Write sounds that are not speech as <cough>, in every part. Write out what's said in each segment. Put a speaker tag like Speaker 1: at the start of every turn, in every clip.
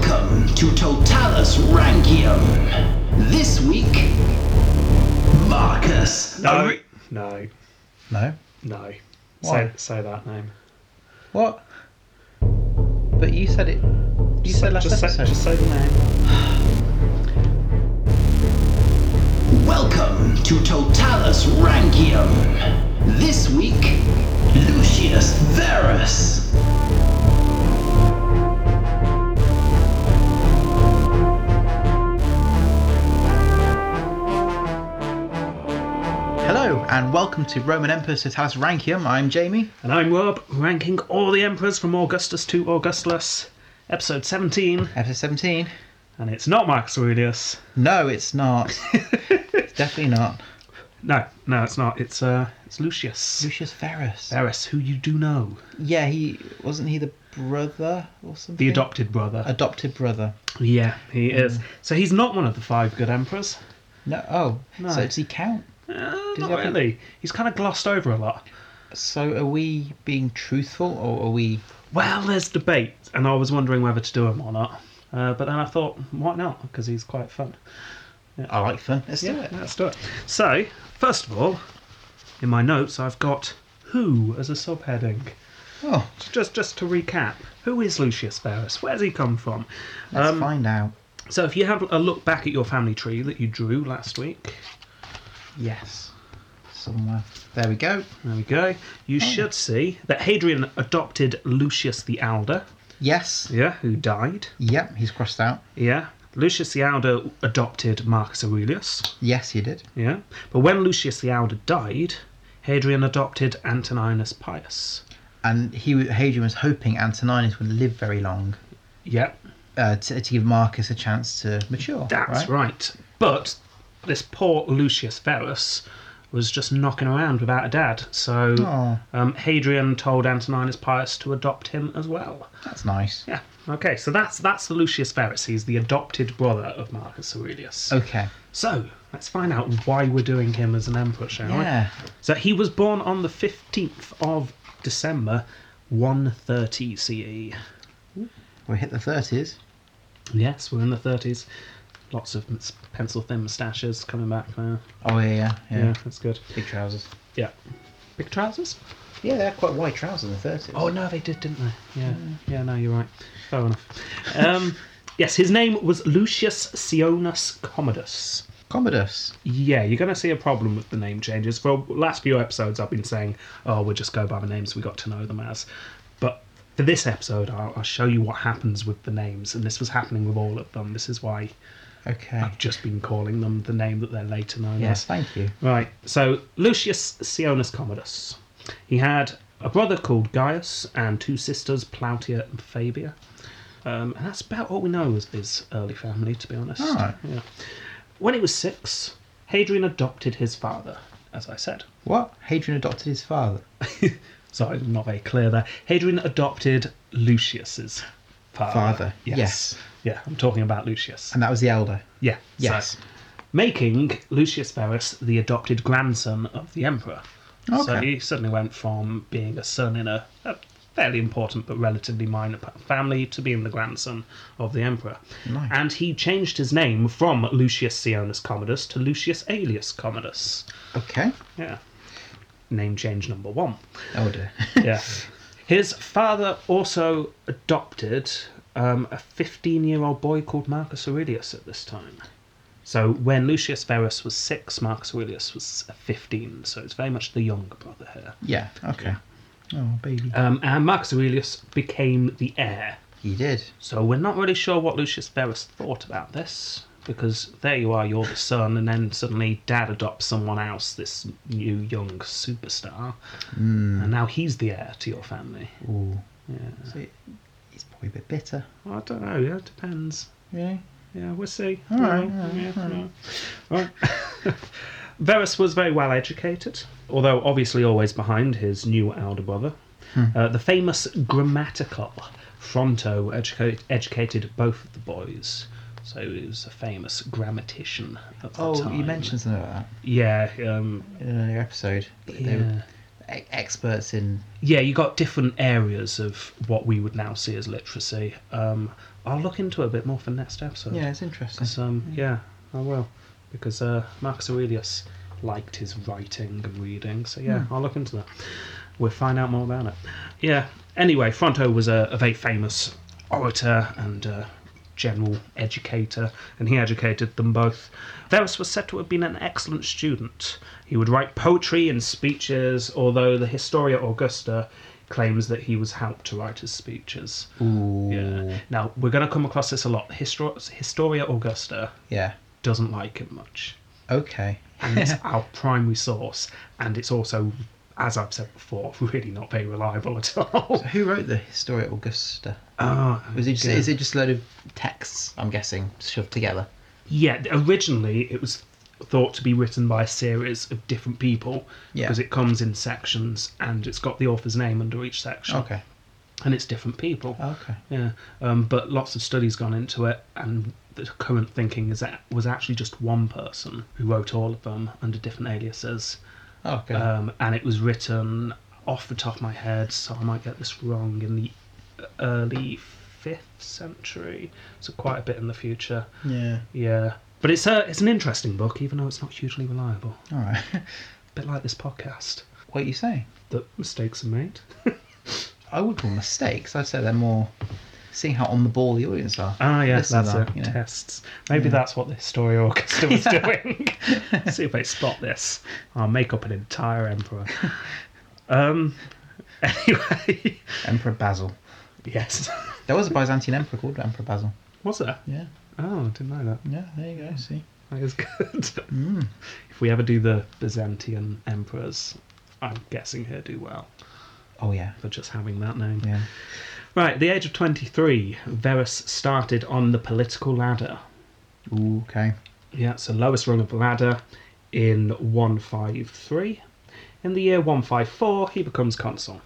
Speaker 1: to Totalis Rankium. This week, Marcus.
Speaker 2: No.
Speaker 1: Are-
Speaker 2: No.
Speaker 3: No.
Speaker 2: No.
Speaker 3: Why?
Speaker 2: Say, say that name.
Speaker 3: What? But you said it. You
Speaker 2: Say-
Speaker 3: said last
Speaker 2: just, say,
Speaker 3: episode.
Speaker 2: just say the name.
Speaker 1: Welcome to Totalis Rankium. This week, Lucius Verus.
Speaker 3: Hello and welcome to Roman Emperor Citas Rankium. I'm Jamie.
Speaker 2: And I'm Rob, ranking all the emperors from Augustus to Augustulus, episode 17.
Speaker 3: Episode 17.
Speaker 2: And it's not Marcus Aurelius.
Speaker 3: No, it's <laughs> not. it's definitely not.
Speaker 2: No, no, it's not. It's uh, it's Lucius
Speaker 3: Lucius Verus.
Speaker 2: Verus, who you do know,
Speaker 3: Yeah, he wasn't he the brother or something.
Speaker 2: the adopted brother.
Speaker 3: adopted brother.
Speaker 2: yeah, he is. So he's not one of the five good emperors.
Speaker 3: No. Oh,
Speaker 2: No.
Speaker 3: so does he count?
Speaker 2: Uh,
Speaker 3: he
Speaker 2: not
Speaker 3: have a-
Speaker 2: really. He's kind of glossed over a lot.
Speaker 3: So are we being truthful or are we?
Speaker 2: Well, there's debate, and I was wondering whether to do him or not. Uh, but then I thought, why not? Because he's quite fun.
Speaker 3: I like fun. Let's do it.
Speaker 2: let's do it. So, first of all, in my notes, I've got who as a subheading.
Speaker 3: Oh,
Speaker 2: Just, just to recap, who is Lucius Verus? Where's he come from?
Speaker 3: let's
Speaker 2: Um,
Speaker 3: find out.
Speaker 2: So, if you have a look back at your family tree that you drew last week,
Speaker 3: Yes. Somewhere. There we go.
Speaker 2: there we go. You should see that Hadrian adopted Lucius the Elder.
Speaker 3: Yes.
Speaker 2: Yeah, who died.
Speaker 3: Yep, he's crossed out.
Speaker 2: Yeah. Lucius the Elder adopted Marcus Aurelius.
Speaker 3: Yes, he did.
Speaker 2: Yeah. But when Lucius the Elder died, Hadrian adopted Antoninus Pius.
Speaker 3: And he, wa- Hadrian was hoping Antoninus would live very long
Speaker 2: Yeah,
Speaker 3: uh, to, to give Marcus a chance to mature.
Speaker 2: that's right. But this poor Lucius Verus was just knocking around without a dad. So
Speaker 3: Oh,
Speaker 2: um, Hadrian told Antoninus Pius to adopt him as well.
Speaker 3: that's nice.
Speaker 2: Yeah. Okay, so that's that's Lucius Verus. He's the adopted brother of Marcus Aurelius.
Speaker 3: Okay.
Speaker 2: So let's find out why we're doing him as an emperor, shall we?
Speaker 3: Yeah.
Speaker 2: So he was born on the 15th of December 130 CE.
Speaker 3: We hit the 30s.
Speaker 2: Yes, we're in the 30s. Lots of mis- pencil thin moustaches coming back now.
Speaker 3: Oh, yeah, yeah, yeah.
Speaker 2: Yeah, that's good.
Speaker 3: Big trousers.
Speaker 2: Yeah. Big trousers?
Speaker 3: Yeah, they're quite wide trousers in the 30s.
Speaker 2: Oh, no, they did, didn't they? Yeah, yeah, no, you're right. Fair enough. Um, <laughs> yes, his name was Lucius Sionus Commodus.
Speaker 3: Commodus.
Speaker 2: Yeah, you're going to see a problem with the name changes. For last few episodes, I've been saying, oh, we'll just go by the names we got to know them as. But for this episode, I'll, I'll show you what happens with the names. And this was happening with all of them. This is why
Speaker 3: Okay.
Speaker 2: I've just been calling them the name that they're later known
Speaker 3: Yes,
Speaker 2: as.
Speaker 3: thank you.
Speaker 2: Right, so Lucius Sionus Commodus. He had a brother called Gaius and two sisters, Plautia and Fabia. Um, and that's about all we know of his early family, to be honest.
Speaker 3: Alright.
Speaker 2: Yeah. When he was six, Hadrian adopted his father, as I said.
Speaker 3: What? Hadrian adopted his father.
Speaker 2: Sorry, I'm not very clear there. Hadrian adopted Lucius's father.
Speaker 3: Father, yes.
Speaker 2: yes. Yeah, I'm talking about Lucius.
Speaker 3: And that was the elder.
Speaker 2: Yeah. so-
Speaker 3: Yes.
Speaker 2: making Lucius Verus the adopted grandson of the emperor. So
Speaker 3: Okay.
Speaker 2: he suddenly went from being a son in a, a fairly important but relatively minor p- family to being the grandson of the emperor.
Speaker 3: Nice.
Speaker 2: And he changed his name from Lucius Sionus Commodus to Lucius Aelius Commodus.
Speaker 3: Okay.
Speaker 2: Yeah. Name change number one.
Speaker 3: Elder. <laughs>
Speaker 2: Yeah. His father also adopted um, a 15 year old boy called Marcus Aurelius at this time. So when Lucius Verus was six, Marcus Aurelius was 15, so it's very much the younger brother here.
Speaker 3: yeah, okay. Oh, baby.
Speaker 2: Um, and Marcus Aurelius became the heir.
Speaker 3: He did.
Speaker 2: So we're not really sure what Lucius Verus thought about this, because there you are, you're the son, and then suddenly dad adopts someone else, this new young superstar, and now he's the heir to your family.
Speaker 3: Ooh.
Speaker 2: Yeah.
Speaker 3: So it- it's probably a bit bitter,
Speaker 2: I don't know. Yeah, it depends.
Speaker 3: really.
Speaker 2: Yeah, we'll see.
Speaker 3: All right,
Speaker 2: Yeah,
Speaker 3: all right,
Speaker 2: yeah,
Speaker 3: all right.
Speaker 2: all right. <laughs> Verus was very well educated, although obviously always behind his new elder brother.
Speaker 3: Hmm.
Speaker 2: Uh, the famous grammatical Fronto educate, educated both of the boys, so he was a famous grammatician. At the
Speaker 3: Oh, you
Speaker 2: time.
Speaker 3: mentioned something about
Speaker 2: Yeah, um,
Speaker 3: that in another episode. that
Speaker 2: yeah.
Speaker 3: They were e- experts in.
Speaker 2: yeah, you got different areas of what we would now see as literacy. Um, I'll look into it a bit more for next episode.
Speaker 3: Yeah, it's interesting.
Speaker 2: 'Cause, um, yeah, I will. Because uh, Marcus Aurelius liked his writing and reading, so yeah, I'll look into that. We'll find out more about it. Yeah. Anyway, Fronto was a, a very famous orator and uh, general educator, and he educated them both. Verus was said to have been an excellent student. He would write poetry and speeches, although the Historia Augusta claims that he was helped to write his speeches.
Speaker 3: Ooh.
Speaker 2: Yeah. Now we're going to come across this a lot. Histor- Historia Augusta
Speaker 3: Yeah.
Speaker 2: doesn't like it much,
Speaker 3: Okay.
Speaker 2: and
Speaker 3: <laughs>
Speaker 2: it's our primary source, and it's also, as I've said before, <laughs> really not very reliable at
Speaker 3: <laughs>
Speaker 2: all.
Speaker 3: Who wrote the Historia Augusta?
Speaker 2: Ah,
Speaker 3: Was it just,
Speaker 2: good.
Speaker 3: is it just a load of texts? I'm guessing shoved together.
Speaker 2: Yeah, originally it was thought to be written by a series of different people
Speaker 3: Yeah.
Speaker 2: because it comes in sections and it's got the author's name under each section
Speaker 3: Okay. Oh.
Speaker 2: and it's different people.
Speaker 3: Okay.
Speaker 2: Yeah, um, but lots of studies gone into it, and the current thinking is that it was actually just one person who wrote all of them under different aliases,
Speaker 3: Okay.
Speaker 2: um, and it was written off the top of my head, so I might get this wrong, in the early fifth century, so quite a bit in the future.
Speaker 3: yeah.
Speaker 2: Yeah, but it's a it's an interesting book, even though it's not hugely reliable.
Speaker 3: <laughs> All right.
Speaker 2: A bit like this podcast,
Speaker 3: what are you saying?
Speaker 2: that mistakes are made.
Speaker 3: I would call mistakes. I'd say they're more seeing how on the ball the audience are.
Speaker 2: Ah, yeah,
Speaker 3: Listen
Speaker 2: that's
Speaker 3: to
Speaker 2: it.
Speaker 3: that, you know.
Speaker 2: Tests. Maybe that's what the Historia Augusta
Speaker 3: <laughs>
Speaker 2: was doing. See if they spot this. I'll make up an entire emperor. Um. <laughs> Anyway, <laughs>
Speaker 3: Emperor Basil.
Speaker 2: yes.
Speaker 3: There was a Byzantine emperor called Emperor Basil.
Speaker 2: Was there?
Speaker 3: Yeah.
Speaker 2: Oh, I didn't know that.
Speaker 3: Yeah. There you go. See.
Speaker 2: That is good.
Speaker 3: Mm.
Speaker 2: <laughs> If we ever do the Byzantine emperors, I'm guessing he'll do well
Speaker 3: Oh yeah.
Speaker 2: for just having that name.
Speaker 3: Yeah.
Speaker 2: Right, at the age of 23, Verus started on the political ladder.
Speaker 3: Ooh, okay.
Speaker 2: Yeah, it's the lowest rung of the ladder in 153. In the year 154, he becomes consul.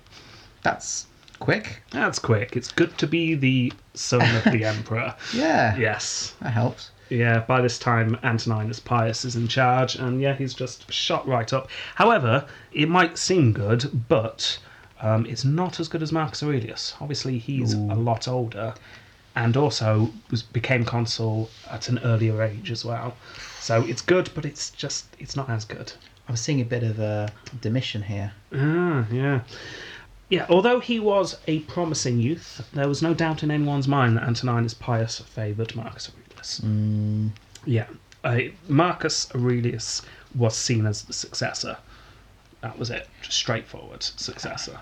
Speaker 3: That's quick.
Speaker 2: That's quick. It's good to be the son of the <laughs> emperor.
Speaker 3: Yeah.
Speaker 2: Yes.
Speaker 3: That helps.
Speaker 2: Yeah, by this time, Antoninus Pius is in charge, and yeah, he's just shot right up. However, it might seem good, but um, it's not as good as Marcus Aurelius. Obviously, he's
Speaker 3: Ooh.
Speaker 2: a lot older, and also was became consul at an earlier age as well. So it's good, but it's just it's not as good.
Speaker 3: I'm seeing a bit of a demission here.
Speaker 2: Ah, yeah. Yeah, although he was a promising youth, there was no doubt in anyone's mind that Antoninus Pius favoured Marcus Aurelius.
Speaker 3: Mm.
Speaker 2: Yeah. Uh, Marcus Aurelius was seen as the successor. That was it. Just straightforward successor.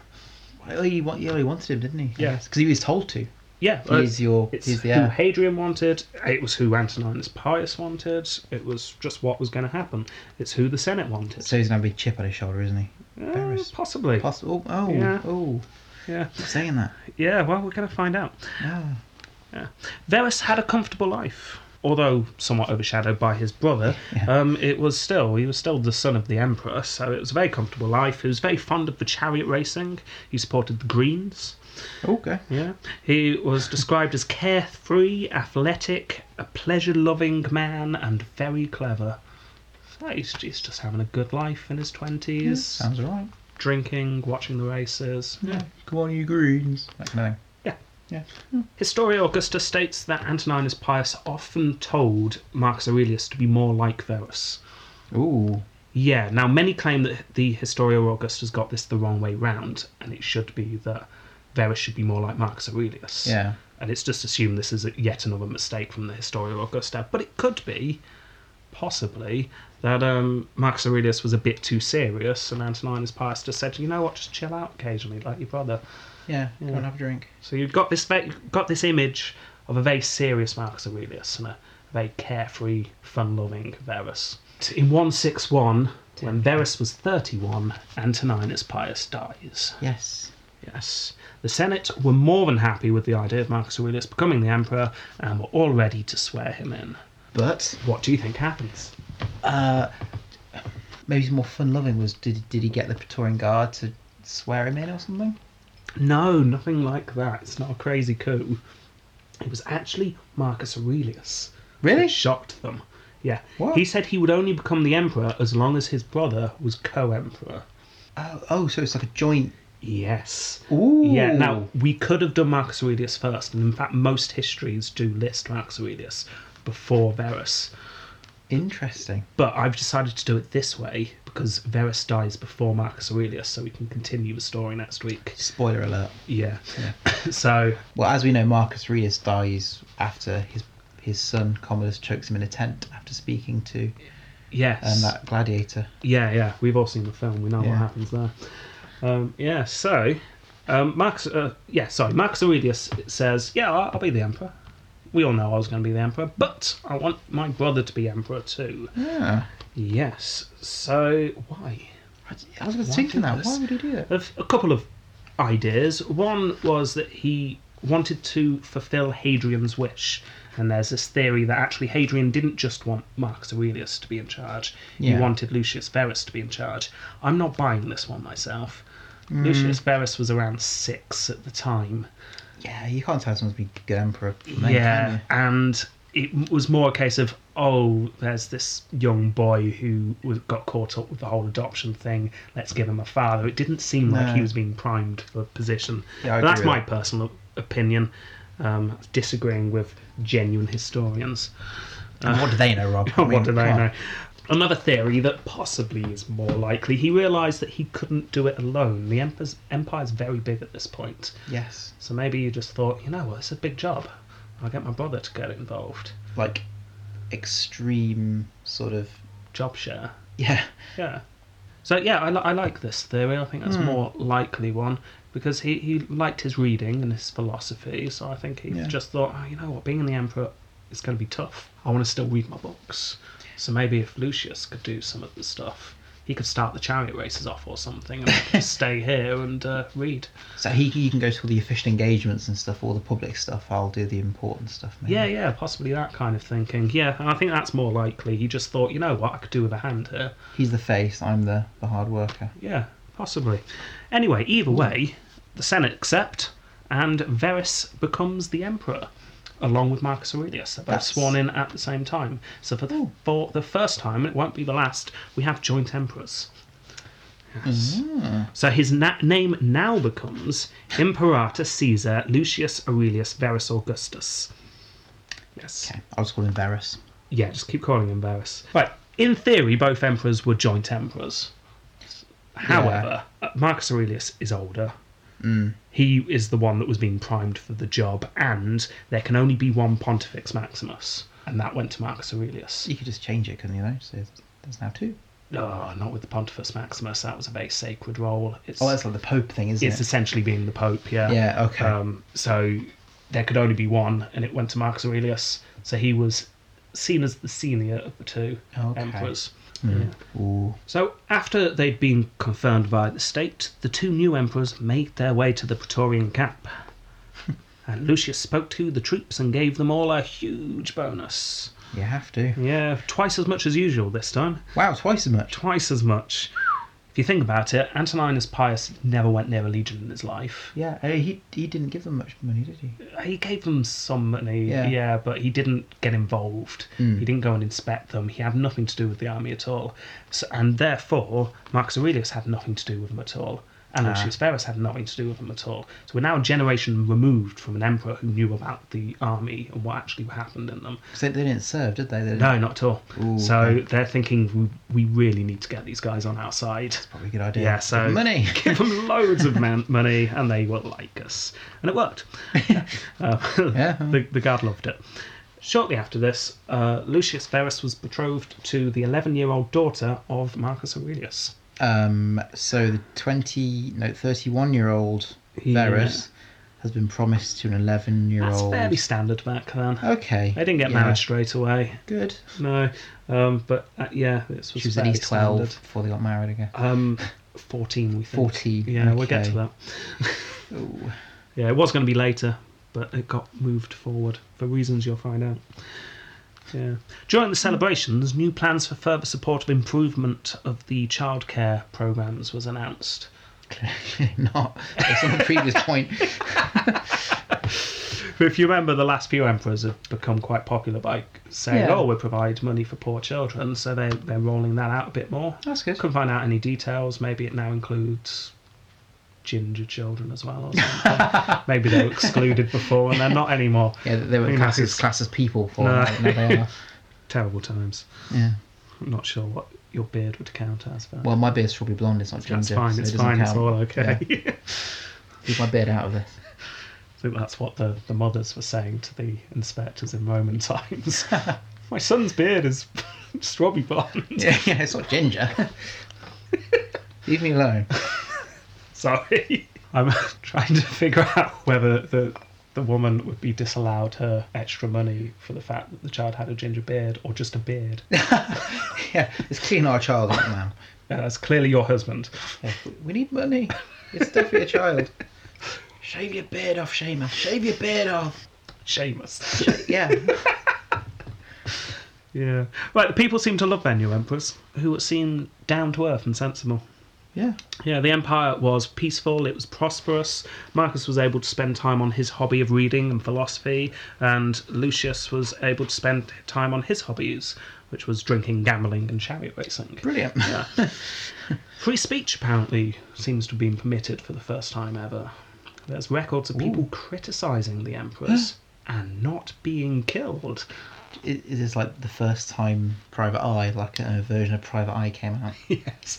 Speaker 3: Well, he, wa- yeah, he wanted him, didn't he?
Speaker 2: Yeah.
Speaker 3: Because he was told to.
Speaker 2: Yeah. uh,
Speaker 3: He's your.
Speaker 2: it's
Speaker 3: He's the
Speaker 2: who
Speaker 3: heir.
Speaker 2: Hadrian wanted. It was who Antoninus Pius wanted. It was just what was going to happen. It's who the Senate wanted.
Speaker 3: So he's gonna have a big chip on his shoulder, isn't he?
Speaker 2: Uh,
Speaker 3: Verus.
Speaker 2: possibly.
Speaker 3: Possible. Oh.
Speaker 2: Yeah.
Speaker 3: Oh.
Speaker 2: yeah.
Speaker 3: Stop saying that.
Speaker 2: Yeah. Well, we're going to find out.
Speaker 3: Ah.
Speaker 2: Verus had a comfortable life, although somewhat overshadowed by his brother.
Speaker 3: <laughs> Yeah.
Speaker 2: Um, it was still he was still the son of the emperor, so it was a very comfortable life. He was very fond of the chariot racing. He supported the Greens.
Speaker 3: Okay.
Speaker 2: Yeah, he was described as carefree, athletic, a pleasure-loving man, and very clever. So he's, he's just having a good life in his twenties,
Speaker 3: Sounds alright.
Speaker 2: drinking, watching the races.
Speaker 3: Yeah. Come on, you greens. That kind of thing.
Speaker 2: Historia Augusta states that Antoninus Pius often told Marcus Aurelius to be more like Verus.
Speaker 3: Ooh.
Speaker 2: Yeah, now many claim that the Historia Augusta's got this the wrong way round, and it should be that Verus should be more like Marcus Aurelius.
Speaker 3: Yeah.
Speaker 2: And it's just assumed this is a, yet another mistake from the Historia Augusta, but it could be, possibly, that um, Marcus Aurelius was a bit too serious, and Antoninus Pius just said, you know what, just chill out occasionally, like your brother.
Speaker 3: Yeah. Come
Speaker 2: Yeah.
Speaker 3: on, have a drink.
Speaker 2: So you've got this ve- you've got this image of a very serious Marcus Aurelius and a very carefree, fun-loving Verus. In 161, when Verus was 31, Antoninus Pius dies.
Speaker 3: Yes.
Speaker 2: Yes. The Senate were more than happy with the idea of Marcus Aurelius becoming the emperor and were all ready to swear him in.
Speaker 3: But
Speaker 2: What do you think happens?
Speaker 3: uh, maybe he's more fun-loving. Was did did he get the Praetorian Guard to swear him in or something?
Speaker 2: No, nothing like that. It's not a crazy coup. It was actually Marcus Aurelius
Speaker 3: Really?
Speaker 2: It shocked them. Yeah.
Speaker 3: What?
Speaker 2: He said he would only become the emperor as long as his brother was co emperor.
Speaker 3: Oh, oh, Uh, so it's like a joint
Speaker 2: Yes.
Speaker 3: Ooh.
Speaker 2: Yeah, now we could have done Marcus Aurelius first, and in fact, most histories do list Marcus Aurelius before Verus.
Speaker 3: Interesting.
Speaker 2: But I've decided to do it this way because Verus dies before Marcus Aurelius, so we can continue the story next week.
Speaker 3: Spoiler alert.
Speaker 2: Yeah. <coughs> so,
Speaker 3: Well, as we know, Marcus Aurelius dies after his his son Commodus chokes him in a tent after speaking to
Speaker 2: yes.
Speaker 3: um, that gladiator.
Speaker 2: Yeah, yeah. We've all seen the film. We know what
Speaker 3: Yeah.
Speaker 2: happens there. Um, yeah. So, um, Max. Uh, yeah. Sorry. Max Aurelius says, "Yeah, I'll, I'll be the emperor." We all know I was going to be the emperor, but I want my brother to be emperor too.
Speaker 3: Yeah.
Speaker 2: Yes. So why?
Speaker 3: I, I was
Speaker 2: Why
Speaker 3: thinking
Speaker 2: do
Speaker 3: that.
Speaker 2: this?
Speaker 3: Why would he do that?
Speaker 2: A, f- a couple of ideas. One was that he wanted to fulfill Hadrian's wish. And there's this theory that actually Hadrian didn't just want Marcus Aurelius to be in charge,
Speaker 3: Yeah.
Speaker 2: he wanted Lucius Verus to be in charge. I'm not buying this one myself. Lucius Verus was around six at the time.
Speaker 3: Yeah, you can't tell someone to be a good emperor. from then,
Speaker 2: yeah,
Speaker 3: can
Speaker 2: and it was more a case of oh, there's this young boy who was, got caught up with the whole adoption thing. Let's give him a father. It didn't seem like
Speaker 3: No.
Speaker 2: he was being primed for position.
Speaker 3: Yeah, I
Speaker 2: But that's
Speaker 3: agree with
Speaker 2: my
Speaker 3: that.
Speaker 2: personal opinion. Um, that's disagreeing with genuine historians.
Speaker 3: you? And what do they know, <laughs> Rob? I
Speaker 2: <laughs>
Speaker 3: mean,
Speaker 2: what do they
Speaker 3: come on.
Speaker 2: know? Another theory that possibly is more likely, he realised that he couldn't do it alone. The empire's, empire's very big at this point.
Speaker 3: Yes,
Speaker 2: So maybe you just thought, you know what, it's a big job. I'll get my brother to get involved.
Speaker 3: like extreme sort of
Speaker 2: Job share.
Speaker 3: yeah.
Speaker 2: Yeah. So yeah, I, li- I like this theory. I think that's a more likely one because he, he liked his reading and his philosophy. So I think he
Speaker 3: Yeah.
Speaker 2: just thought, oh, you know what, being the emperor is going to be tough. I want to still read my books. So maybe if Lucius could do some of the stuff, he could start the chariot races off or something, and I could just stay here and uh, read.
Speaker 3: So he, he can go to all the official engagements and stuff, all the public stuff. I'll do the important stuff. Maybe.
Speaker 2: Yeah, yeah, possibly that kind of thinking. Yeah, and I think that's more likely. He just thought, you know what, I could do with a hand here.
Speaker 3: He's the face. I'm the the hard worker.
Speaker 2: Yeah, possibly. Anyway, either way, the Senate accept, and Verus becomes the emperor, along with Marcus Aurelius. They're both
Speaker 3: That's-
Speaker 2: sworn in at the same time. So for the, for the first time, and it won't be the last, we have joint emperors. Yes. So his na- name now becomes Imperator Caesar Lucius Aurelius Verus Augustus. Yes.
Speaker 3: Okay, I'll just call him Varus.
Speaker 2: Yeah, just keep calling him Varus. Right. In theory, both emperors were joint emperors. However, uh Marcus Aurelius is older.
Speaker 3: Mm.
Speaker 2: He is the one that was being primed for the job, and there can only be one Pontifex Maximus, and that went to Marcus Aurelius.
Speaker 3: You could just change it, couldn't you? Though, so there's now two.
Speaker 2: Oh, not with the Pontifex Maximus. That was a very sacred role. It's,
Speaker 3: Oh, that's like the Pope thing, isn't
Speaker 2: it's
Speaker 3: it?
Speaker 2: essentially being the Pope. Yeah.
Speaker 3: Yeah, okay.
Speaker 2: Um, so there could only be one, and it went to Marcus Aurelius. So he was seen as the senior of the two
Speaker 3: Okay. Mm.
Speaker 2: emperors. Yeah.
Speaker 3: Ooh.
Speaker 2: So, after they'd been confirmed by the state, the two new emperors made their way to the Praetorian camp. and Lucius spoke to the troops and gave them all a huge bonus.
Speaker 3: You have to.
Speaker 2: Yeah, twice as much as usual this time.
Speaker 3: Wow, twice as much.
Speaker 2: Twice as much. If you think about it, Antoninus Pius never went near a legion in his life.
Speaker 3: Yeah, uh, he he didn't give them much money, did he?
Speaker 2: He gave them some money, yeah,
Speaker 3: Yeah. Hmm.
Speaker 2: but he didn't get involved. He didn't go and inspect them. He had nothing to do with the army at all. So, and therefore, Marcus Aurelius had nothing to do with them at all.
Speaker 3: Ah.
Speaker 2: And Lucius Verus had nothing to do with them at all. So we're now a generation removed from an emperor who knew about the army and what actually happened in them.
Speaker 3: So they didn't serve, did they? they didn't-
Speaker 2: No, not at all.
Speaker 3: Ooh,
Speaker 2: so they're thinking we, we really need to get these guys on our side.
Speaker 3: Probably a good idea.
Speaker 2: Yeah, so
Speaker 3: money.
Speaker 2: <laughs> give them loads of man- money, and they will like us. And it worked.
Speaker 3: <laughs>
Speaker 2: Uh,
Speaker 3: Yeah.
Speaker 2: <laughs> the, the guard loved it. Shortly after this, uh, Lucius Verus was betrothed to the 11-year-old daughter of Marcus Aurelius.
Speaker 3: Um, so the twenty no thirty-one year old
Speaker 2: Yeah.
Speaker 3: Varus has been promised to an eleven-year-old.
Speaker 2: That's fairly standard back then.
Speaker 3: Okay.
Speaker 2: They didn't get
Speaker 3: Oh, yeah.
Speaker 2: married straight away.
Speaker 3: Good.
Speaker 2: No, um, but uh, yeah, this was
Speaker 3: She was at
Speaker 2: fairly
Speaker 3: least twelve
Speaker 2: standard.
Speaker 3: before they got married again.
Speaker 2: Um, 14, we think.
Speaker 3: 14,
Speaker 2: Yeah, we'll get to
Speaker 3: okay.
Speaker 2: that.
Speaker 3: <laughs> Ooh.
Speaker 2: Yeah, it was going to be later, but it got moved forward for reasons you'll find out. Yeah. During the celebrations, new plans for further support of improvement of the childcare programs was announced.
Speaker 3: <laughs> Clearly not. It's on the previous point.
Speaker 2: If you remember, the last few emperors have become quite popular by saying,
Speaker 3: Yeah.
Speaker 2: "Oh, we provide money for poor children," so they they're rolling that out a bit more.
Speaker 3: That's good.
Speaker 2: Couldn't find out any details. Maybe it now includes ginger children as
Speaker 3: <laughs>
Speaker 2: well. Or something. Maybe they were excluded before and they're not anymore.
Speaker 3: Yeah, they were
Speaker 2: Who
Speaker 3: classed
Speaker 2: knows?
Speaker 3: as, classed as people for
Speaker 2: No.
Speaker 3: now they
Speaker 2: <laughs>
Speaker 3: are.
Speaker 2: Terrible times.
Speaker 3: Yeah.
Speaker 2: I'm not sure what your beard would count as, but
Speaker 3: Well, my beard's probably blonde. It's not ginger.
Speaker 2: that's fine.
Speaker 3: so
Speaker 2: It's
Speaker 3: it doesn't
Speaker 2: fine. It's
Speaker 3: count.
Speaker 2: all okay.
Speaker 3: Keep my beard out of this.
Speaker 2: <laughs> I think that's what the, the mothers were saying to the inspectors in Roman <laughs> times.
Speaker 3: <laughs>
Speaker 2: My son's beard is <laughs> strawberry blonde.
Speaker 3: Yeah, yeah, it's not ginger. <laughs> Leave me alone. <laughs>
Speaker 2: Sorry. <laughs> I'm trying to figure out whether the the woman would be disallowed her extra money for the fact that the child had a ginger beard or just a beard. Yeah,
Speaker 3: Yeah, it's clean our child up, ma'am.
Speaker 2: that's clearly your husband.
Speaker 3: Yeah, we need money. It's stuff for your child. Shave your beard off, Seamus. Shave your beard off.
Speaker 2: Seamus.
Speaker 3: <laughs> Yeah.
Speaker 2: yeah. Right, the people seem to love their new emperors, who seem down to earth and sensible.
Speaker 3: Yeah.
Speaker 2: Yeah, the empire was peaceful, it was prosperous. Marcus was able to spend time on his hobby of reading and philosophy, and Lucius was able to spend time on his hobbies, which was drinking, gambling, and chariot racing.
Speaker 3: Brilliant.
Speaker 2: Free speech apparently seems to have been permitted for the first time ever. There's records of people criticizing the emperors and not being killed.
Speaker 3: It, it is like the first time Private Eye, like a version of Private Eye came
Speaker 2: <laughs>
Speaker 3: out.
Speaker 2: Yes.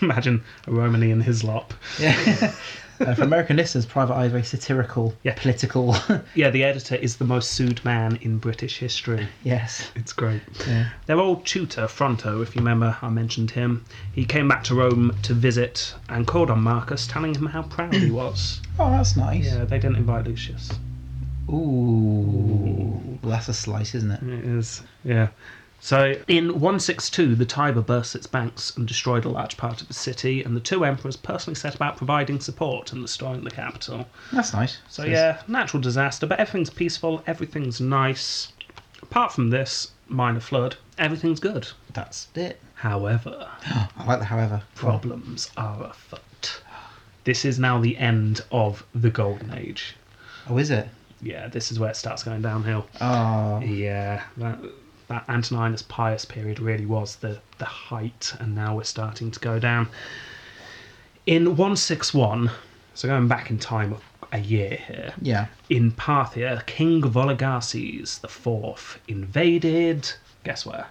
Speaker 2: Imagine a Romany in his lop.
Speaker 3: Yeah. uh, for American listeners, Private Eye is very satirical,
Speaker 2: Yeah.
Speaker 3: political. <laughs>
Speaker 2: Yeah, the editor is the most sued man in British history.
Speaker 3: yes.
Speaker 2: It's great.
Speaker 3: Yeah.
Speaker 2: Their old tutor, Fronto, if you remember, I mentioned him, he came back to Rome to visit and called on Marcus, telling him how proud he was.
Speaker 3: Oh, that's nice.
Speaker 2: Yeah, they didn't invite Lucius.
Speaker 3: Ooh. Well, that's a slice, isn't it?
Speaker 2: It is, yeah. So in 162, the Tiber burst its banks and destroyed a large part of the city, and the two emperors personally set about providing support and restoring the capital.
Speaker 3: That's nice.
Speaker 2: So yeah, natural disaster, but everything's peaceful, everything's nice. Apart from this minor flood, everything's good.
Speaker 3: That's it.
Speaker 2: However,
Speaker 3: I like the however.
Speaker 2: problems are afoot. This is now the end of the Golden Age.
Speaker 3: Oh, is it?
Speaker 2: Yeah, this is where it starts going downhill. Ah.
Speaker 3: Oh.
Speaker 2: Yeah, uh, that, that Antoninus Pius period really was the, the height, and now we're starting to go down. In 161, so going back in time a year here,
Speaker 3: Yeah.
Speaker 2: in Parthia, King Vologases IV invaded. Guess where?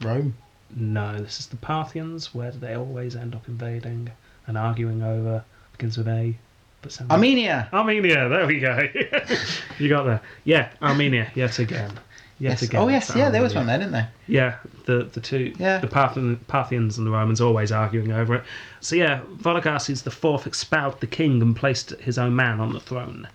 Speaker 3: Rome.
Speaker 2: No, this is the Parthians. Where do they always end up invading and arguing over? Begins with A, but sounds
Speaker 3: Armenia.
Speaker 2: Armenia. There we go. <laughs> you got there. Yeah, Armenia. Yet again. Yet
Speaker 3: Yes.
Speaker 2: again.
Speaker 3: Oh,
Speaker 2: it's
Speaker 3: yes. Yeah, there was one
Speaker 2: Armenia.
Speaker 3: there, didn't there?
Speaker 2: Yeah, the the two.
Speaker 3: Yeah.
Speaker 2: The Parthian, Parthians and the Romans always arguing over it. So yeah, Vologases IV expelled the king and placed his own man on the throne.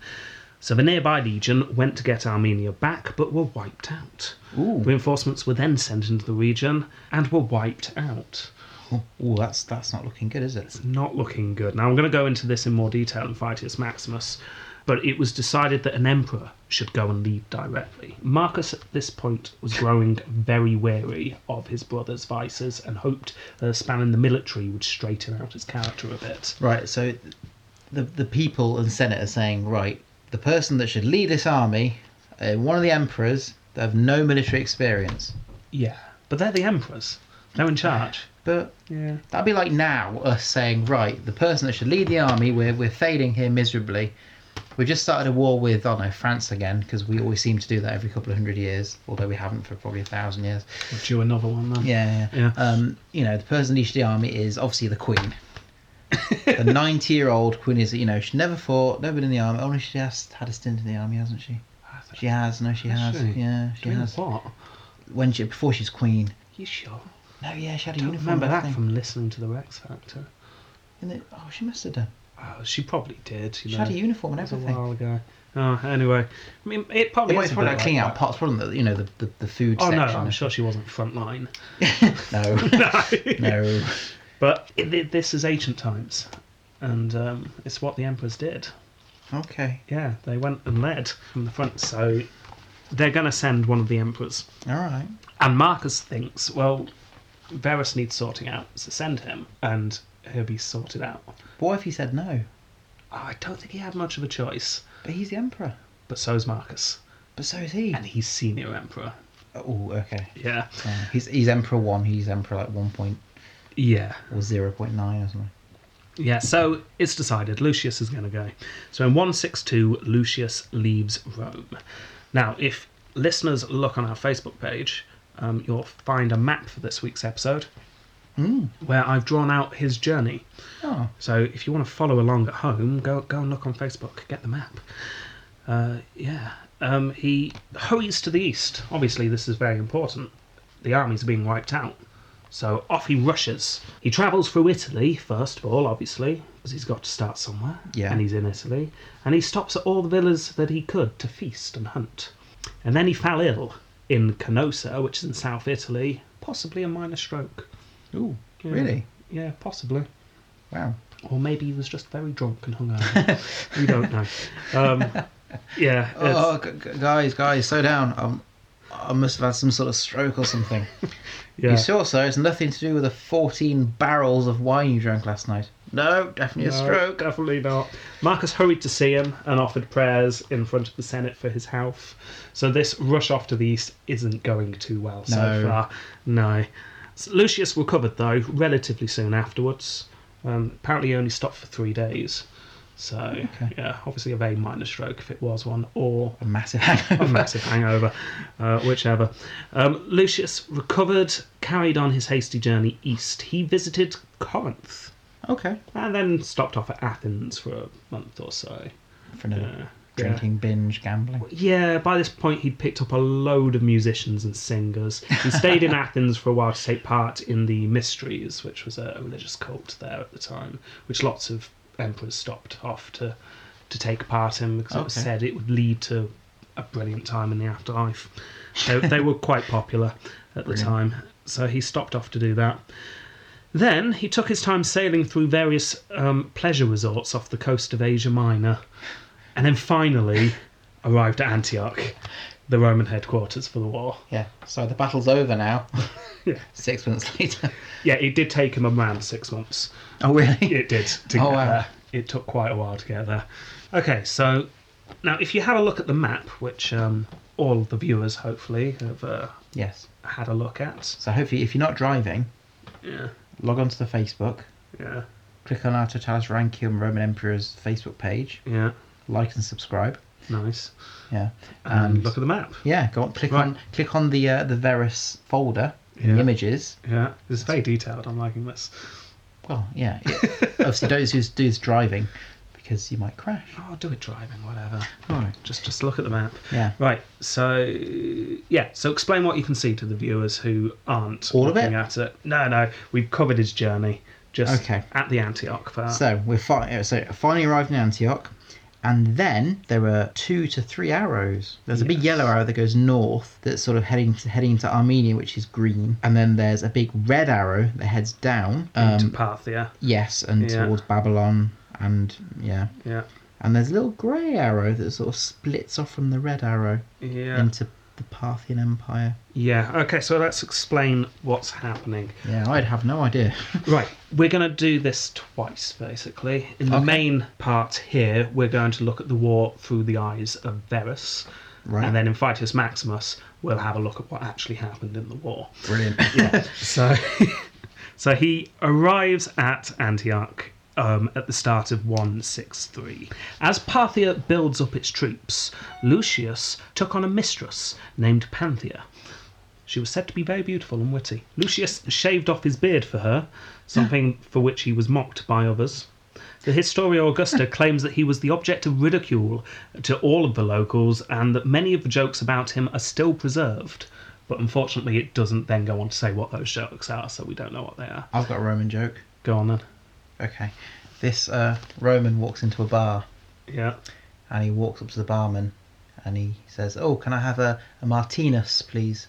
Speaker 2: So the nearby legion went to get Armenia back, but were wiped out.
Speaker 3: Ooh.
Speaker 2: Reinforcements were then sent into the region and were wiped out.
Speaker 3: Ooh, that's that's not looking good, is it?
Speaker 2: Not looking good. Now, I'm going to go into this in more detail in Vitius Maximus, but it was decided that an emperor should go and lead directly. Marcus, at this point, was growing very wary of his brother's vices and hoped that a span in the military would straighten out his character a bit.
Speaker 3: Right. So, the the people and senate are saying, right, the person that should lead this army, uh, one of the emperors, they have no military experience.
Speaker 2: Yeah. But they're the emperors, they're in charge.
Speaker 3: But
Speaker 2: Yeah.
Speaker 3: that'd be like now us saying, right, the person that should lead the army, we're we're failing here miserably. We just started a war with, I don't know, France again, because we always seem to do that every couple of hundred years, although we haven't for probably a thousand years.
Speaker 2: We'll do another one then.
Speaker 3: Yeah, yeah.
Speaker 2: Yeah.
Speaker 3: Um, you know, the person in each of the army is obviously the
Speaker 2: <laughs>
Speaker 3: queen. the 90 year old queen is, you know, she never fought, never been in the army. Only she has had a stint in the army, hasn't she? She has, no, she
Speaker 2: Has
Speaker 3: has.
Speaker 2: she?
Speaker 3: Yeah, she
Speaker 2: Ah, Doing
Speaker 3: has.
Speaker 2: what?
Speaker 3: When she, before she was queen.
Speaker 2: You sure?
Speaker 3: No, yeah, she had a
Speaker 2: I don't
Speaker 3: uniform.
Speaker 2: remember
Speaker 3: I
Speaker 2: that
Speaker 3: think.
Speaker 2: from listening to the Rex Factor.
Speaker 3: And it- oh, she must have done.
Speaker 2: Oh, she probably did. You
Speaker 3: She
Speaker 2: know.
Speaker 3: had a uniform and
Speaker 2: It was
Speaker 3: everything.
Speaker 2: a while ago. Oh, anyway, I mean, it probably
Speaker 3: Well,
Speaker 2: is
Speaker 3: it's
Speaker 2: a
Speaker 3: probably
Speaker 2: bit
Speaker 3: like cleaning
Speaker 2: like
Speaker 3: out pots, problem that, you know, the, the, the food
Speaker 2: that. Oh no,
Speaker 3: section.
Speaker 2: I'm sure she wasn't front line. <laughs>
Speaker 3: No, <laughs> no.
Speaker 2: But it, it- this is ancient times, and um, it's what the emperors did.
Speaker 3: Okay,
Speaker 2: Yeah, they went and led from the front. So they're going to send one of the emperors,
Speaker 3: all right.
Speaker 2: and Marcus thinks, well, Verus needs sorting out, so send him, and he'll be sorted out. Ah,
Speaker 3: But what if he said no?
Speaker 2: I don't think he had much of a choice,
Speaker 3: But he's the emperor.
Speaker 2: but so's Marcus,
Speaker 3: But so is he.
Speaker 2: and he's senior emperor.
Speaker 3: Oh, okay.
Speaker 2: Yeah,
Speaker 3: Uh, he's he's Emperor One. He's Emperor like one point
Speaker 2: yeah.
Speaker 3: or zero point nine or something.
Speaker 2: Yeah, so it's decided. Lucius is going to go. So in 162, Lucius leaves Rome. Now, if listeners look on our Facebook page, um, you'll find a map for this week's episode where I've drawn out his journey.
Speaker 3: Oh,
Speaker 2: So if you want to follow along at home, go go and look on Facebook, get the map. Uh, yeah, um, he hurries to the east. Obviously, this is very important. The army's being wiped out, so off he rushes. He travels through Italy first of all, obviously, because he's got to start somewhere.
Speaker 3: Yeah.
Speaker 2: and he's in Italy, and he stops at all the villas that he could to feast and hunt. And then he fell ill in Canosa, which is in South Italy, possibly a minor stroke.
Speaker 3: ooh,
Speaker 2: Yeah.
Speaker 3: really?
Speaker 2: Yeah, possibly
Speaker 3: Wow.
Speaker 2: or maybe he was just very drunk and
Speaker 3: <laughs>
Speaker 2: hungover. we don't know. Um, yeah, it's-
Speaker 3: Oh, g- g- guys, guys, slow down. Um, I must have had some sort of stroke or something.
Speaker 2: <laughs> yeah.
Speaker 3: You sure, sir? It's nothing to do with the 14 barrels of wine you drank last night. No, definitely
Speaker 2: No,
Speaker 3: a stroke.
Speaker 2: Definitely not. Marcus hurried to see him and offered prayers in front of the Senate for his health. So this rush off to the east isn't going too well so
Speaker 3: No.
Speaker 2: far. No. S- Lucius recovered though relatively soon afterwards. Um, apparently, he only stopped for three days. So yeah, obviously a very minor stroke if it was one, or
Speaker 3: A
Speaker 2: <laughs>
Speaker 3: massive
Speaker 2: a
Speaker 3: hangover.
Speaker 2: massive hangover, uh, whichever. Um, Lucius recovered, carried on his hasty journey east. He visited Corinth
Speaker 3: Okay.
Speaker 2: and then stopped off at Athens for a month or so. Uh,
Speaker 3: For another
Speaker 2: Yeah.
Speaker 3: drinking, binge, gambling.
Speaker 2: Yeah, by this point he'd picked up a load of musicians and singers. He stayed in Athens for a while to take part in the Mysteries, which was a religious cult there at the time, which lots of emperors stopped off to to take part in because it was
Speaker 3: Okay.
Speaker 2: said it would lead to a brilliant time in the afterlife. They, they were quite popular at the time, so he stopped off to do that. Then he took his time sailing through various um, pleasure resorts off the coast of Asia Minor, and then finally <laughs> arrived at Antioch, the Roman headquarters for the war.
Speaker 3: Yeah. So the battle's over now.
Speaker 2: <laughs> Yeah.
Speaker 3: Six months later.
Speaker 2: Yeah, it did take him around six months.
Speaker 3: Oh, really?
Speaker 2: <laughs> It did to
Speaker 3: Oh,
Speaker 2: get
Speaker 3: wow.
Speaker 2: there. It took quite a while to get there. Okay, so now if you have a look at the map, which um, all of the viewers hopefully have uh,
Speaker 3: Yes.
Speaker 2: had a look at.
Speaker 3: So hopefully, if you're not driving,
Speaker 2: Yeah,
Speaker 3: log on to the Facebook,
Speaker 2: yeah,
Speaker 3: click on our Totalis Rankium Roman Emperor's Facebook page,
Speaker 2: yeah.
Speaker 3: like and subscribe.
Speaker 2: Nice.
Speaker 3: Yeah.
Speaker 2: And look at the map.
Speaker 3: Yeah, go on. Click
Speaker 2: Right.
Speaker 3: on click on the uh, the Verus folder, in
Speaker 2: Yeah.
Speaker 3: the images.
Speaker 2: Yeah, it's very detailed. I'm liking this.
Speaker 3: Well,
Speaker 2: <laughs>
Speaker 3: yeah. It, obviously, those who's who's driving, because you might crash.
Speaker 2: Oh, do it driving, whatever.
Speaker 3: All right.
Speaker 2: Just, just look at the map.
Speaker 3: Yeah.
Speaker 2: Right. So, yeah. So, explain what you can see to the viewers who aren't
Speaker 3: All of
Speaker 2: looking
Speaker 3: it?
Speaker 2: at it. No, no. We've covered his journey. Just
Speaker 3: Okay.
Speaker 2: at the Antioch part.
Speaker 3: So we're fi- so finally arrived in Antioch, and then there are two to three arrows. There's a big
Speaker 2: Yes.
Speaker 3: yellow arrow that goes north, that's sort of heading to, heading to Armenia, which is green, and then there's a big red arrow that heads down.
Speaker 2: to
Speaker 3: Um,
Speaker 2: Parthia.
Speaker 3: yes, and
Speaker 2: Yeah.
Speaker 3: towards Babylon, and yeah,
Speaker 2: Yeah.
Speaker 3: and there's a little grey arrow that sort of splits off from the red arrow
Speaker 2: Yeah.
Speaker 3: into the Parthian Empire.
Speaker 2: Yeah. Okay. So let's explain what's happening.
Speaker 3: Yeah, I'd have no idea.
Speaker 2: Right. We're going to do this twice, basically. In the
Speaker 3: Okay.
Speaker 2: main part here, we're going to look at the war through the eyes of Verus.
Speaker 3: Right.
Speaker 2: And then in Fitus Maximus, we'll have a look at what actually happened in the war.
Speaker 3: <laughs> Brilliant.
Speaker 2: So, <laughs> so he arrives at Antioch um, at the start of 163. As Parthia builds up its troops, Lucius took on a mistress named Panthea. She was said to be very beautiful and witty. Lucius shaved off his beard for her,
Speaker 3: <laughs>
Speaker 2: something for which he was mocked by others. The Historia
Speaker 3: <laughs>
Speaker 2: Augusta claims that he was the object of ridicule to all of the locals and that many of the jokes about him are still preserved. But unfortunately, it doesn't then go on to say what those jokes are, so we don't know what they are.
Speaker 3: I've got a Roman joke.
Speaker 2: Go on then.
Speaker 3: Okay, this uh, Roman walks into a bar.
Speaker 2: Yeah.
Speaker 3: and he walks up to the barman and he says, Oh, can I have a, a Martinez, please?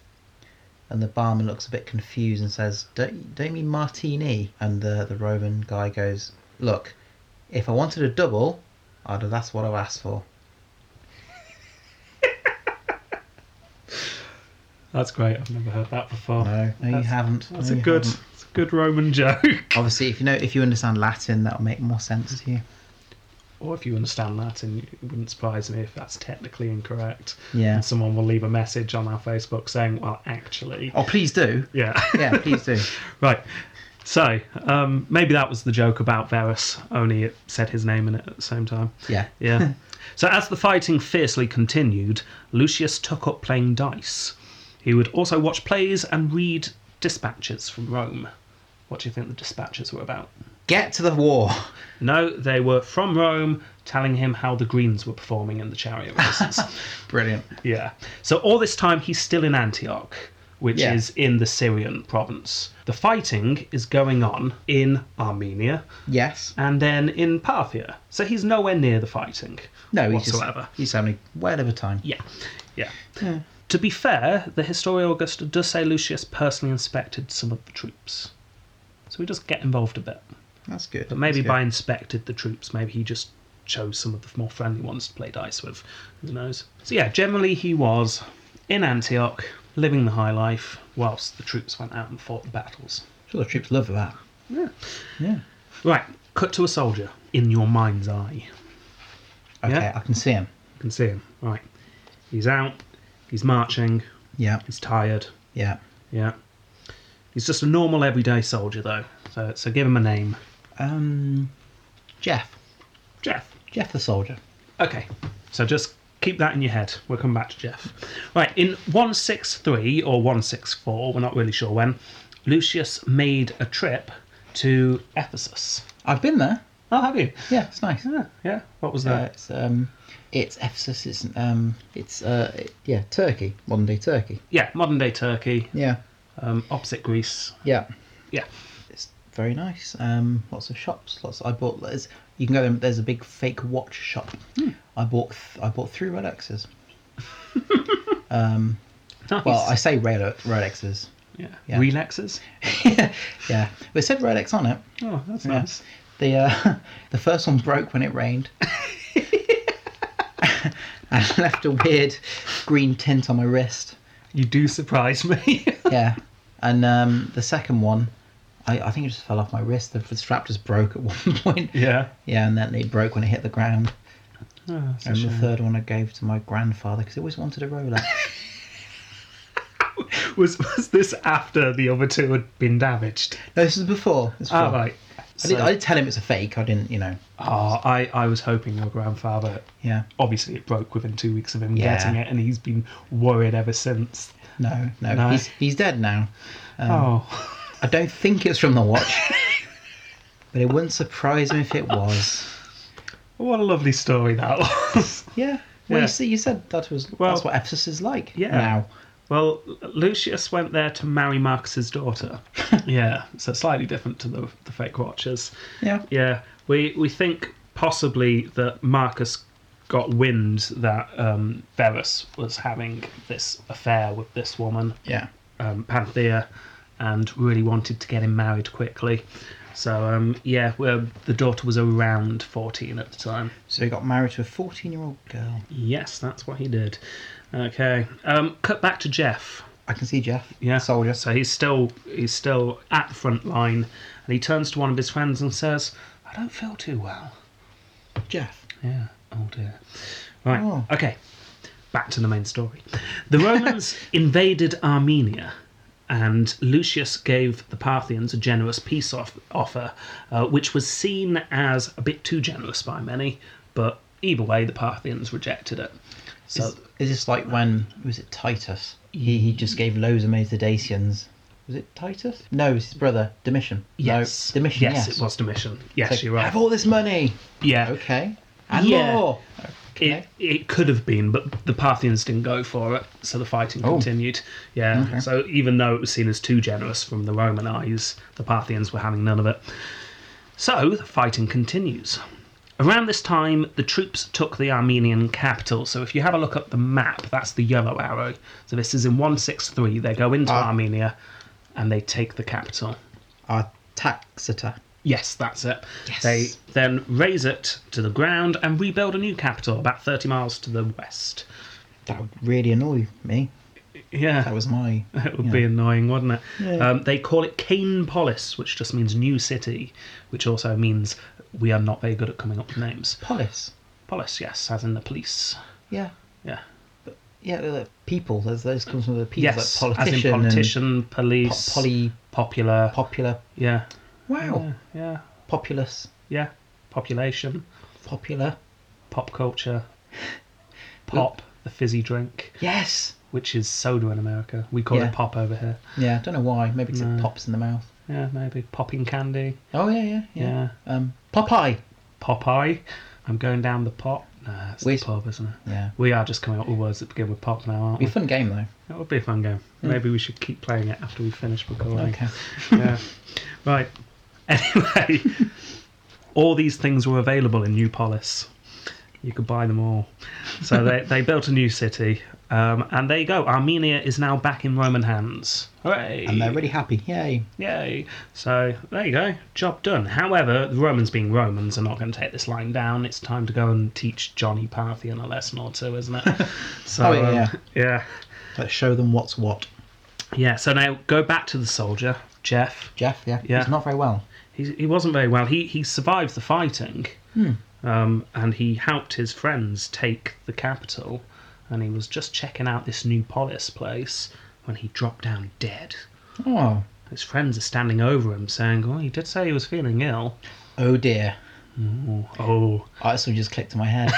Speaker 3: And the barman looks a bit confused and says, Don't, don't you mean martini? And the, the Roman guy goes, Look, if I wanted a double, I'd have, that's what I've asked for.
Speaker 2: That's great. I've never heard that before.
Speaker 3: No, no, you
Speaker 2: That's-
Speaker 3: haven't.
Speaker 2: That's
Speaker 3: No,
Speaker 2: a
Speaker 3: you
Speaker 2: good,
Speaker 3: haven't.
Speaker 2: it's a good Roman <laughs> joke.
Speaker 3: Obviously, if you know, if you understand Latin, that'll make more sense to you.
Speaker 2: or if you understand Latin, it wouldn't surprise me if that's technically incorrect.
Speaker 3: Yeah.
Speaker 2: And someone will leave a message on our Facebook saying, "Well, actually,
Speaker 3: Oh, please do.
Speaker 2: yeah." <laughs>
Speaker 3: Yeah, please do.
Speaker 2: Right. So um, maybe that was the joke about Verus, only it said his name in it at the same time.
Speaker 3: Yeah.
Speaker 2: Yeah. so as the fighting fiercely continued, Lucius took up playing dice. He would also watch plays and read dispatches from Rome. What do you think the dispatches were about?
Speaker 3: Get to the war.
Speaker 2: No, they were from Rome telling him how the Greens were performing in the chariot
Speaker 3: <laughs>
Speaker 2: races.
Speaker 3: Brilliant.
Speaker 2: yeah. So all this time he's still in Antioch, which
Speaker 3: Yeah.
Speaker 2: is in the Syrian province. The fighting is going on in Armenia
Speaker 3: Yes.
Speaker 2: and then in Parthia. So he's nowhere near the fighting.
Speaker 3: No, he's
Speaker 2: whatsoever.
Speaker 3: just he's having a whale of a time.
Speaker 2: Yeah. yeah. To be fair, the historian Augusta does say Lucius personally inspected some of the troops. So he does get involved a bit.
Speaker 3: That's good.
Speaker 2: But maybe
Speaker 3: That's good.
Speaker 2: by inspected the troops, maybe he just chose some of the more friendly ones to play dice with. Who knows? So yeah, generally he was in Antioch, living the high life, whilst the troops went out and fought the battles.
Speaker 3: Sure, the troops love that.
Speaker 2: Yeah.
Speaker 3: Yeah.
Speaker 2: Right, cut to a soldier in your mind's eye.
Speaker 3: Okay,
Speaker 2: Yeah.
Speaker 3: I can see him.
Speaker 2: You can see him. Right. He's out, he's marching,
Speaker 3: Yeah.
Speaker 2: he's tired.
Speaker 3: Yeah.
Speaker 2: Yeah. He's just a normal everyday soldier though. So so give him a name.
Speaker 3: Um, Jeff.
Speaker 2: Jeff.
Speaker 3: Jeff the soldier.
Speaker 2: Okay, so just keep that in your head. We'll come back to Jeff. Right, in 163 or 164, we're not really sure when, Lucius made a trip to Ephesus.
Speaker 3: I've been there.
Speaker 2: Oh, have you?
Speaker 3: Yeah, it's nice.
Speaker 2: Yeah, yeah. What was
Speaker 3: Uh,
Speaker 2: that?
Speaker 3: it's um, it's Ephesus. It's um, it's uh, yeah, Turkey, modern day Turkey.
Speaker 2: yeah, modern day Turkey,
Speaker 3: Yeah,
Speaker 2: um, opposite Greece.
Speaker 3: yeah,
Speaker 2: Yeah.
Speaker 3: it's very nice. Um, lots of shops. Lots. I bought. There's, you can go there. There's a big fake watch shop.
Speaker 2: Hmm.
Speaker 3: I bought. Th- I bought three Rolexes. um,
Speaker 2: Nice.
Speaker 3: well, I say Rolex, Rolexes.
Speaker 2: yeah.
Speaker 3: yeah.
Speaker 2: Relaxes.
Speaker 3: yeah, but it said Rolex on it.
Speaker 2: Oh, that's
Speaker 3: Yeah.
Speaker 2: nice.
Speaker 3: The uh, <laughs> the first one broke when it
Speaker 2: <laughs>
Speaker 3: rained. <laughs> and left a weird green tint on my wrist.
Speaker 2: You do surprise me.
Speaker 3: Yeah. And um, the second one, I, I think it just fell off my wrist. The, the strap just broke at <laughs> one point.
Speaker 2: yeah.
Speaker 3: <laughs> Yeah, and then it broke when it hit the ground.
Speaker 2: Oh, that's a
Speaker 3: And the
Speaker 2: shame.
Speaker 3: third one I gave to my grandfather because he always wanted a Rolex.
Speaker 2: was was this after the other two had been damaged?
Speaker 3: no, this was before. This was
Speaker 2: Ah,
Speaker 3: before.
Speaker 2: right.
Speaker 3: I, did,
Speaker 2: So-
Speaker 3: I did tell him it's a fake. I didn't, you know.
Speaker 2: Oh, I, I was hoping your grandfather.
Speaker 3: Yeah.
Speaker 2: Obviously, it broke within two weeks of him
Speaker 3: Yeah.
Speaker 2: getting it, and he's been worried ever since.
Speaker 3: No, no.
Speaker 2: No.
Speaker 3: He's, he's dead now.
Speaker 2: oh, <laughs>
Speaker 3: I don't think it's from the watch. <laughs> but it wouldn't surprise me if it was.
Speaker 2: what a lovely story that was.
Speaker 3: Yeah.
Speaker 2: Yeah.
Speaker 3: Well, you see, you said that was
Speaker 2: Well-
Speaker 3: that's what Ephesus is like
Speaker 2: Yeah.
Speaker 3: now.
Speaker 2: well, Lucius went there to marry Marcus's <laughs> daughter. yeah, so slightly different to the, the fake watchers.
Speaker 3: Yeah.
Speaker 2: Yeah, we we think possibly that Marcus got wind that um, Verus was having this affair with this woman,
Speaker 3: Yeah.
Speaker 2: um, Panthea and really wanted to get him married quickly. So, um, yeah, well, the daughter was around 14 at the time.
Speaker 3: So he got married to a 14 year old girl.
Speaker 2: Yes, that's what he did. Okay, um, cut back to Jeff.
Speaker 3: I can see Jeff.
Speaker 2: Yeah,
Speaker 3: Soldier.
Speaker 2: So he's still he's still at the front line, and he turns to one of his friends and says, "I don't feel too well."
Speaker 3: Jeff.
Speaker 2: Yeah. Oh dear. Right.
Speaker 3: Oh.
Speaker 2: Okay. Back to the main story. The
Speaker 3: <laughs>
Speaker 2: Romans invaded Armenia, and Lucius gave the Parthians a generous peace off- offer, uh, which was seen as a bit too generous by many. But either way, the Parthians rejected it. So
Speaker 3: Is, is this like when, was it Titus? He, he just gave loads of money to the Dacians. Was it Titus? No, it was his brother, Domitian.
Speaker 2: yes,
Speaker 3: No, Domitian, yes.
Speaker 2: yes, it was Domitian. Yes,
Speaker 3: Like,
Speaker 2: you're right.
Speaker 3: Have all this money.
Speaker 2: Yeah.
Speaker 3: Okay. And
Speaker 2: Yeah.
Speaker 3: more.
Speaker 2: It, it could have been, but the Parthians didn't go for it, so the fighting
Speaker 3: Oh.
Speaker 2: continued. Yeah, so even though it was seen as too generous from the Roman eyes, the Parthians were having none of it. So the fighting continues. Around this time, the troops took the Armenian capital. So if you have a look at the map, that's the yellow arrow. So this is in 163. They go into
Speaker 3: Ah.
Speaker 2: Armenia and they take the capital.
Speaker 3: Artaxata.
Speaker 2: Yes, that's it.
Speaker 3: Yes.
Speaker 2: They then raise it to the ground and rebuild a new capital about 30 miles to the west.
Speaker 3: That would really annoy me.
Speaker 2: Yeah, <laughs>
Speaker 3: That was my.
Speaker 2: That would
Speaker 3: you
Speaker 2: be
Speaker 3: know.
Speaker 2: annoying, wouldn't it?
Speaker 3: Yeah.
Speaker 2: Um, they call it Cane Polis, which just means new city, which also means we are not very good at coming up with names.
Speaker 3: Polis.
Speaker 2: Polis, yes, as in the police.
Speaker 3: Yeah.
Speaker 2: Yeah.
Speaker 3: yeah, they're like people. Those those comes from the people
Speaker 2: Yes,
Speaker 3: like
Speaker 2: as in
Speaker 3: politician,
Speaker 2: politician,
Speaker 3: and
Speaker 2: police,
Speaker 3: po- poly Oh.
Speaker 2: popular,
Speaker 3: popular.
Speaker 2: yeah,
Speaker 3: Wow,
Speaker 2: yeah, yeah,
Speaker 3: populous,
Speaker 2: yeah, population,
Speaker 3: popular.
Speaker 2: pop
Speaker 3: <laughs>
Speaker 2: culture, pop, the fizzy drink,
Speaker 3: Yes.
Speaker 2: which is soda in America. We call
Speaker 3: Yeah.
Speaker 2: it pop over here.
Speaker 3: Yeah, I don't know why. Maybe because it
Speaker 2: No.
Speaker 3: pops in the mouth.
Speaker 2: Yeah, maybe popping candy.
Speaker 3: Oh yeah, yeah, yeah.
Speaker 2: Yeah,
Speaker 3: Um, Popeye.
Speaker 2: Popeye. I'm going down the pop. Nah, it's
Speaker 3: Where's-
Speaker 2: the pub, isn't it?
Speaker 3: Yeah.
Speaker 2: We are just coming up with words that begin with pop now, aren't
Speaker 3: Be
Speaker 2: we?
Speaker 3: a fun game though.
Speaker 2: That would be a fun game. Maybe we should keep playing it after we finish recording.
Speaker 3: Mm. Okay.
Speaker 2: yeah. Right. <laughs> Anyway, all these things were available in New Polis. You could buy them all.
Speaker 3: <laughs>
Speaker 2: So they, they built a new city. Um, and there you go. Armenia is now back in Roman hands. Hooray!
Speaker 3: And they're really happy. Yay.
Speaker 2: Yay. So there you go. Job done. However, the Romans being Romans are not going to take this line down. It's time to go and teach Johnny Parthian a lesson or two, isn't
Speaker 3: <laughs>
Speaker 2: it? So,
Speaker 3: Oh, yeah,
Speaker 2: um,
Speaker 3: yeah.
Speaker 2: yeah.
Speaker 3: Let's show them what's what.
Speaker 2: Yeah, so now go back to the soldier, Jeff.
Speaker 3: Jeff. Yeah.
Speaker 2: Yeah.
Speaker 3: He's not very well.
Speaker 2: He, he wasn't very well. He he survived the fighting,
Speaker 3: Hmm.
Speaker 2: um, and he helped his friends take the capital. And he was just checking out this new polis place when he dropped down dead.
Speaker 3: Oh.
Speaker 2: His friends are standing over him, saying, "Oh, he did say he was feeling ill."
Speaker 3: Oh dear.
Speaker 2: Oh,
Speaker 3: I also just clicked in
Speaker 2: <laughs>
Speaker 3: my head.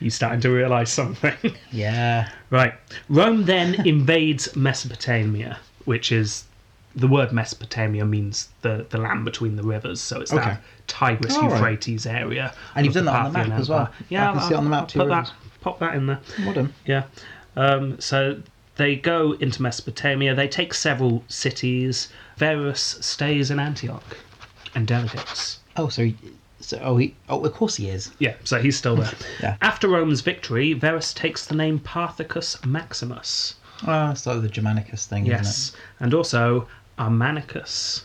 Speaker 2: he's starting to realise something. <laughs>
Speaker 3: yeah.
Speaker 2: Right. Rome
Speaker 3: <laughs>
Speaker 2: then invades Mesopotamia, which is the word Mesopotamia means the, the land between the rivers, so it's
Speaker 3: Okay.
Speaker 2: that Tigris
Speaker 3: All right.
Speaker 2: Euphrates area.
Speaker 3: And you've
Speaker 2: of
Speaker 3: done that on the
Speaker 2: Parthian
Speaker 3: map as well.
Speaker 2: Empire. Yeah,
Speaker 3: I can see
Speaker 2: I'll-
Speaker 3: on the map
Speaker 2: I'll
Speaker 3: two
Speaker 2: put
Speaker 3: rivers.
Speaker 2: that, pop that in there.
Speaker 3: Well done.
Speaker 2: Yeah. Um, so they go into Mesopotamia. They take several cities. Verus stays in Antioch and delegates.
Speaker 3: Oh, so, he, so oh, he, oh, of course he is.
Speaker 2: Yeah, so he's still there.
Speaker 3: <laughs> Yeah.
Speaker 2: After Rome's victory, Verus takes the name Parthicus Maximus.
Speaker 3: Ah, it's like the Germanicus thing,
Speaker 2: Yes, and also Armanicus,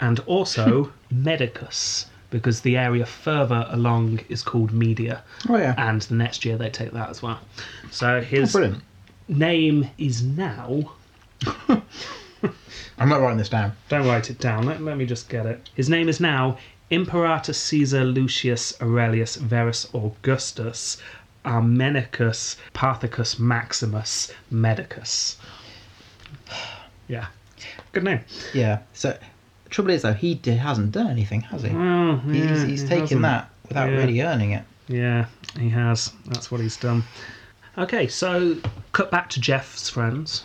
Speaker 2: and
Speaker 3: <laughs>
Speaker 2: also Medicus, because the area further along is called Media,
Speaker 3: isn't it? Oh yeah. Oh,
Speaker 2: and the next year they take that as well. So his
Speaker 3: Brilliant.
Speaker 2: name is now.
Speaker 3: I'm not writing this down.
Speaker 2: Don't write it down. Let, let me just get it. His name is now Imperator Caesar Lucius Aurelius Verus Augustus Armenicus Parthicus Maximus Medicus. Yeah, good name.
Speaker 3: Yeah. So, the trouble is though, he d hasn't done anything, has he?
Speaker 2: Oh,
Speaker 3: he's
Speaker 2: yeah,
Speaker 3: he's
Speaker 2: he hasn't.
Speaker 3: taken that without
Speaker 2: Yeah.
Speaker 3: really earning it.
Speaker 2: Yeah, he has. That's what he's done. Okay, so cut back to Jeff's friends.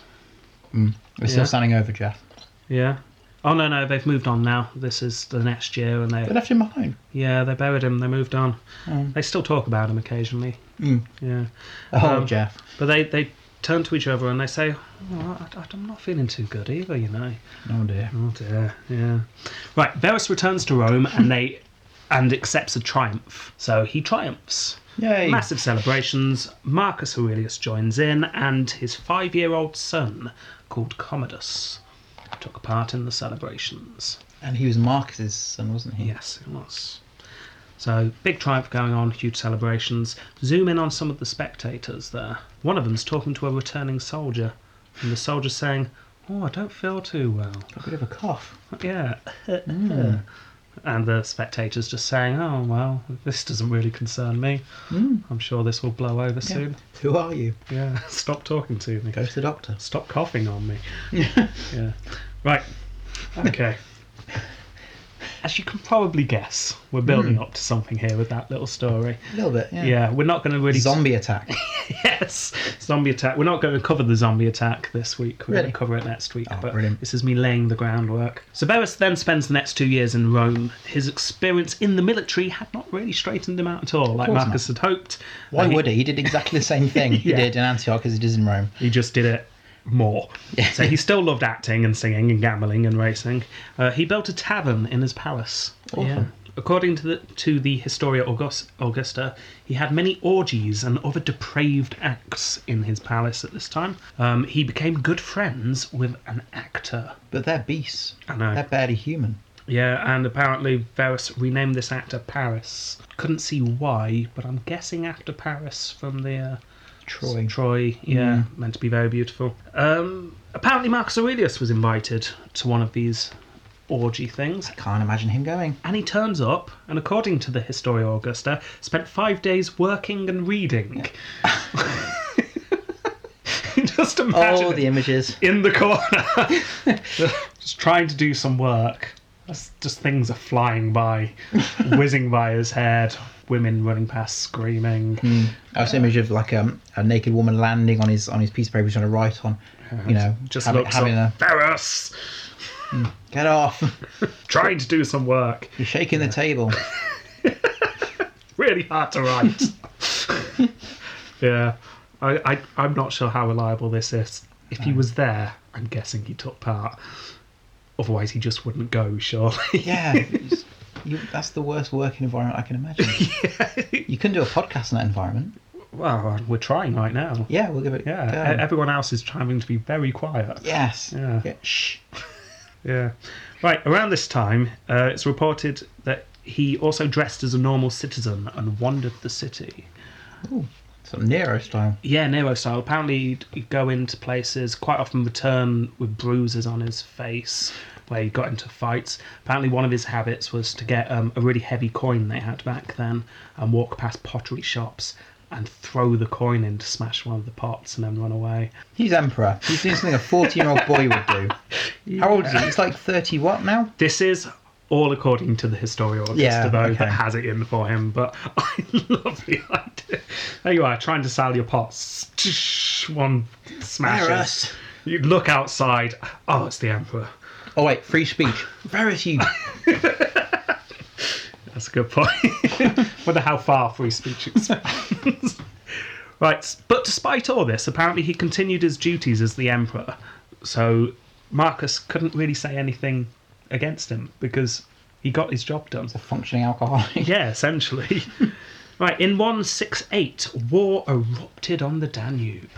Speaker 3: We're still
Speaker 2: Yeah.
Speaker 3: standing over Jeff.
Speaker 2: Yeah. Oh no no, they've moved on now. This is the next year, and they
Speaker 3: They left him behind.
Speaker 2: yeah they buried him. They moved on.
Speaker 3: Um,
Speaker 2: They still talk about him occasionally.
Speaker 3: Mm.
Speaker 2: Yeah,
Speaker 3: oh,
Speaker 2: Um,
Speaker 3: Jeff.
Speaker 2: but they they turn to each other and they say, oh, I, "I'm not feeling too good either," you know.
Speaker 3: Oh dear.
Speaker 2: Oh dear, yeah. Right, Verus returns to Rome and they and accepts a triumph. So he triumphs.
Speaker 3: Yay.
Speaker 2: Massive celebrations. Marcus Aurelius joins in, and his five year old son, called Commodus, took part in the celebrations.
Speaker 3: And he was Marcus's son, wasn't he?
Speaker 2: Yes, it was. So, big triumph going on, huge celebrations. Zoom in on some of the spectators there. One of them's talking to a returning soldier, and the soldier's saying, Oh, I don't feel too well.
Speaker 3: A bit of a cough.
Speaker 2: Yeah. And the spectators just saying, Oh, well, this doesn't really concern me. I'm sure this will blow over soon.
Speaker 3: Who are you?
Speaker 2: Yeah, <laughs> stop talking to me.
Speaker 3: Go to the doctor.
Speaker 2: Stop coughing on
Speaker 3: <laughs>
Speaker 2: me. yeah. Right. Okay. As you can probably guess, we're building up to something here with that little story.
Speaker 3: A little bit. Hmm. Yeah.
Speaker 2: Yeah, we're not going to really.
Speaker 3: Zombie attack.
Speaker 2: <laughs> yes, zombie attack. We're not going to cover the zombie attack this week. We're
Speaker 3: Really?
Speaker 2: going to cover it next week.
Speaker 3: Oh,
Speaker 2: but
Speaker 3: brilliant.
Speaker 2: this is me laying the groundwork. So Berus then spends the next two years in Rome. His experience in the military had not really straightened him out at all, like
Speaker 3: course not.
Speaker 2: Marcus had hoped.
Speaker 3: Why
Speaker 2: And he,
Speaker 3: would he? He did exactly the same
Speaker 2: <laughs>
Speaker 3: thing he
Speaker 2: Yeah.
Speaker 3: did in Antioch as he did in Rome.
Speaker 2: He just did it more. so he still loved acting and singing and gambling and racing. Uh, he built a tavern in his palace.
Speaker 3: Awesome.
Speaker 2: According to the to the Historia August, Augusta, he had many orgies and other depraved acts in his palace at this time. Um, he became good friends with an actor.
Speaker 3: But they're beasts.
Speaker 2: I know.
Speaker 3: They're barely human.
Speaker 2: Yeah, and apparently Verus renamed this actor Paris. Couldn't see why, but I'm guessing after Paris from the. Uh,
Speaker 3: Troy.
Speaker 2: Troy, yeah, meant to be very beautiful. Um, apparently, Marcus Aurelius was invited to one of these orgy things,
Speaker 3: Can't imagine him going.
Speaker 2: and he turns up, and according to the Historia Augusta, spent five days working and reading. <laughs> just imagine
Speaker 3: Oh, the
Speaker 2: it
Speaker 3: images.
Speaker 2: in the
Speaker 3: <laughs>
Speaker 2: corner, just trying to do some work. That's just things are flying by, whizzing by his head. Women running past, screaming.
Speaker 3: I was image of like um, a naked woman landing on his on his piece of paper he's trying to write on. You know,
Speaker 2: Just
Speaker 3: having,
Speaker 2: looks
Speaker 3: having
Speaker 2: up.
Speaker 3: a
Speaker 2: Ferris,
Speaker 3: get off.
Speaker 2: trying to do some work.
Speaker 3: You're shaking the table.
Speaker 2: really hard to write. yeah, I, I, I'm not sure how reliable this is. If he was there, I'm guessing he took part. Otherwise, he just wouldn't go, surely. <laughs>
Speaker 3: Yeah, it's- you, that's the worst working environment I
Speaker 2: <laughs>
Speaker 3: can imagine. You couldn't do a podcast in that environment.
Speaker 2: well, we're trying right now.
Speaker 3: Yeah, we'll give it.
Speaker 2: Yeah,
Speaker 3: a go.
Speaker 2: e- everyone else is trying to be very quiet.
Speaker 3: yes.
Speaker 2: Yeah.
Speaker 3: Shh.
Speaker 2: Yeah. Right, around this time, uh, it's reported that he also dressed as a normal citizen and wandered the city.
Speaker 3: Some Nero style.
Speaker 2: Yeah, Nero style. Apparently, he'd, he'd go into places, quite often return with bruises on his face where he got into fights. Apparently, one of his habits was to get um, a really heavy coin they had back then and walk past pottery shops and throw the coin in to smash one of the pots and then run away.
Speaker 3: He's emperor. He's doing something a 14 year old boy would
Speaker 2: <laughs>
Speaker 3: do. How old is he? He's like 30 what now?
Speaker 2: This is all according to the historian Augusta,
Speaker 3: Yeah,
Speaker 2: though,
Speaker 3: okay.
Speaker 2: that has it in for him, but <laughs> I love the idea. There you are, trying to sell your pots. One smashes.
Speaker 3: Ferris.
Speaker 2: You look outside. Oh, it's the emperor.
Speaker 3: Oh wait, free speech. Ferris, you. <laughs>
Speaker 2: That's a good point. <laughs> Wonder how far free speech expands. <laughs> right, but despite all this, apparently he continued his duties as the emperor. So Marcus couldn't really say anything against him because he got his job done.
Speaker 3: A functioning alcoholic.
Speaker 2: Yeah, essentially. <laughs> right, in 168, war erupted on the Danube.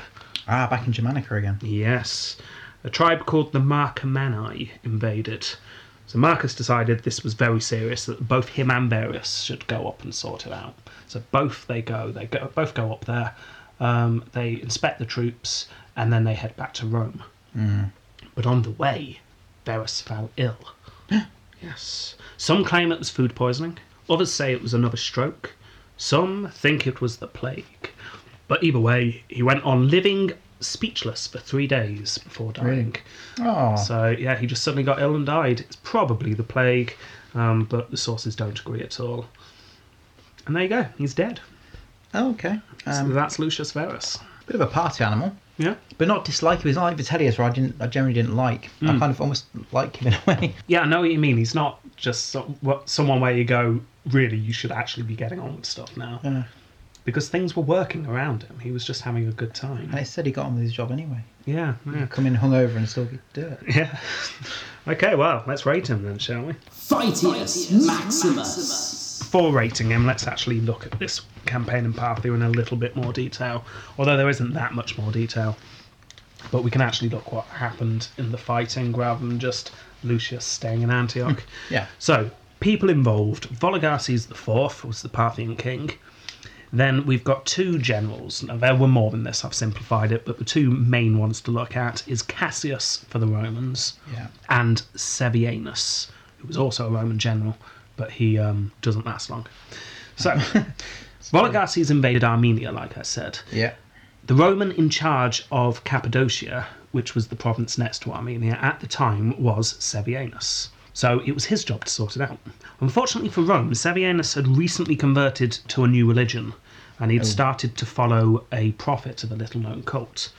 Speaker 3: Ah, back in Germanica again.
Speaker 2: Yes. A tribe called the Marcomanni invaded. So Marcus decided this was very serious, that both him and Verus should go up and sort it out. So both they go, they go, both go up there, um, they inspect the troops, and then they head back to Rome. But on the way, Verus fell ill. yes. Some claim it was food poisoning, others say it was another stroke, some think it was the plague. But either way, he went on living speechless for three days before dying.
Speaker 3: Really? Oh,
Speaker 2: So yeah, he just suddenly got ill and died. It's probably the plague, um, but the sources don't agree at all. And there you go, he's dead.
Speaker 3: oh okay.
Speaker 2: So
Speaker 3: Um,
Speaker 2: that's Lucius Verus.
Speaker 3: bit of a party animal,
Speaker 2: Yeah,
Speaker 3: but not dislike him. He's not like Vitellius, where I didn't. I generally didn't like. I kind of almost like him in a <laughs> way.
Speaker 2: yeah, I know what you mean. He's not just so, what, someone where you go, really, you should actually be getting on with stuff now,
Speaker 3: Yeah.
Speaker 2: because things were working around him. He was just having a good time.
Speaker 3: And it said he got on with his job anyway.
Speaker 2: Yeah, yeah,
Speaker 3: Come in hungover and still get dirt.
Speaker 2: yeah. <laughs> okay, well, let's rate him then, shall we?
Speaker 1: Fightius Maximus.
Speaker 2: Before rating him, let's actually look at this campaign and path here in a little bit more detail. Although there isn't that much more detail, but we can actually look what happened in the fighting rather than just Lucius staying in Antioch.
Speaker 3: Hmm. Yeah.
Speaker 2: So, people involved Vologases IV was the Parthian king. Then we've got two generals. Now, there were more than this, I've simplified it, but the two main ones to look at is Cassius for the Romans
Speaker 3: Yeah.
Speaker 2: and Sevianus, who was also a Roman general, but he um, doesn't last long. So, Vologases invaded Armenia, like I said.
Speaker 3: Yeah.
Speaker 2: The Roman in charge of Cappadocia, which was the province next to Armenia at the time, was Sevianus. So it was his job to sort it out. Unfortunately for Rome, Sevianus had recently converted to a new religion and
Speaker 3: Oh.
Speaker 2: he'd started to follow a prophet of a little known cult.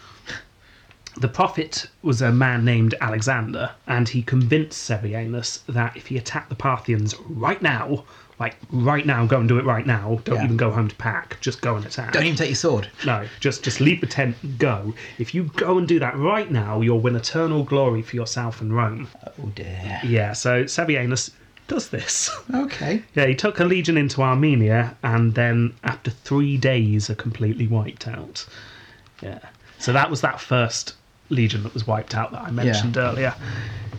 Speaker 2: The prophet was a man named Alexander, and he convinced Sevianus that if he attacked the Parthians right now, like right now, go and do it right now, don't
Speaker 3: Yeah.
Speaker 2: even go home to pack, just go and attack.
Speaker 3: Don't even take your sword.
Speaker 2: No, just just leave the tent and go. If you go and do that right now, you'll win eternal glory for yourself and Rome.
Speaker 3: Oh dear.
Speaker 2: Yeah, so Sabianus does this. <laughs>
Speaker 3: Okay.
Speaker 2: yeah, he took a legion into Armenia and then after three days are completely wiped out. Yeah. So that was that first legion that was wiped out that I mentioned earlier.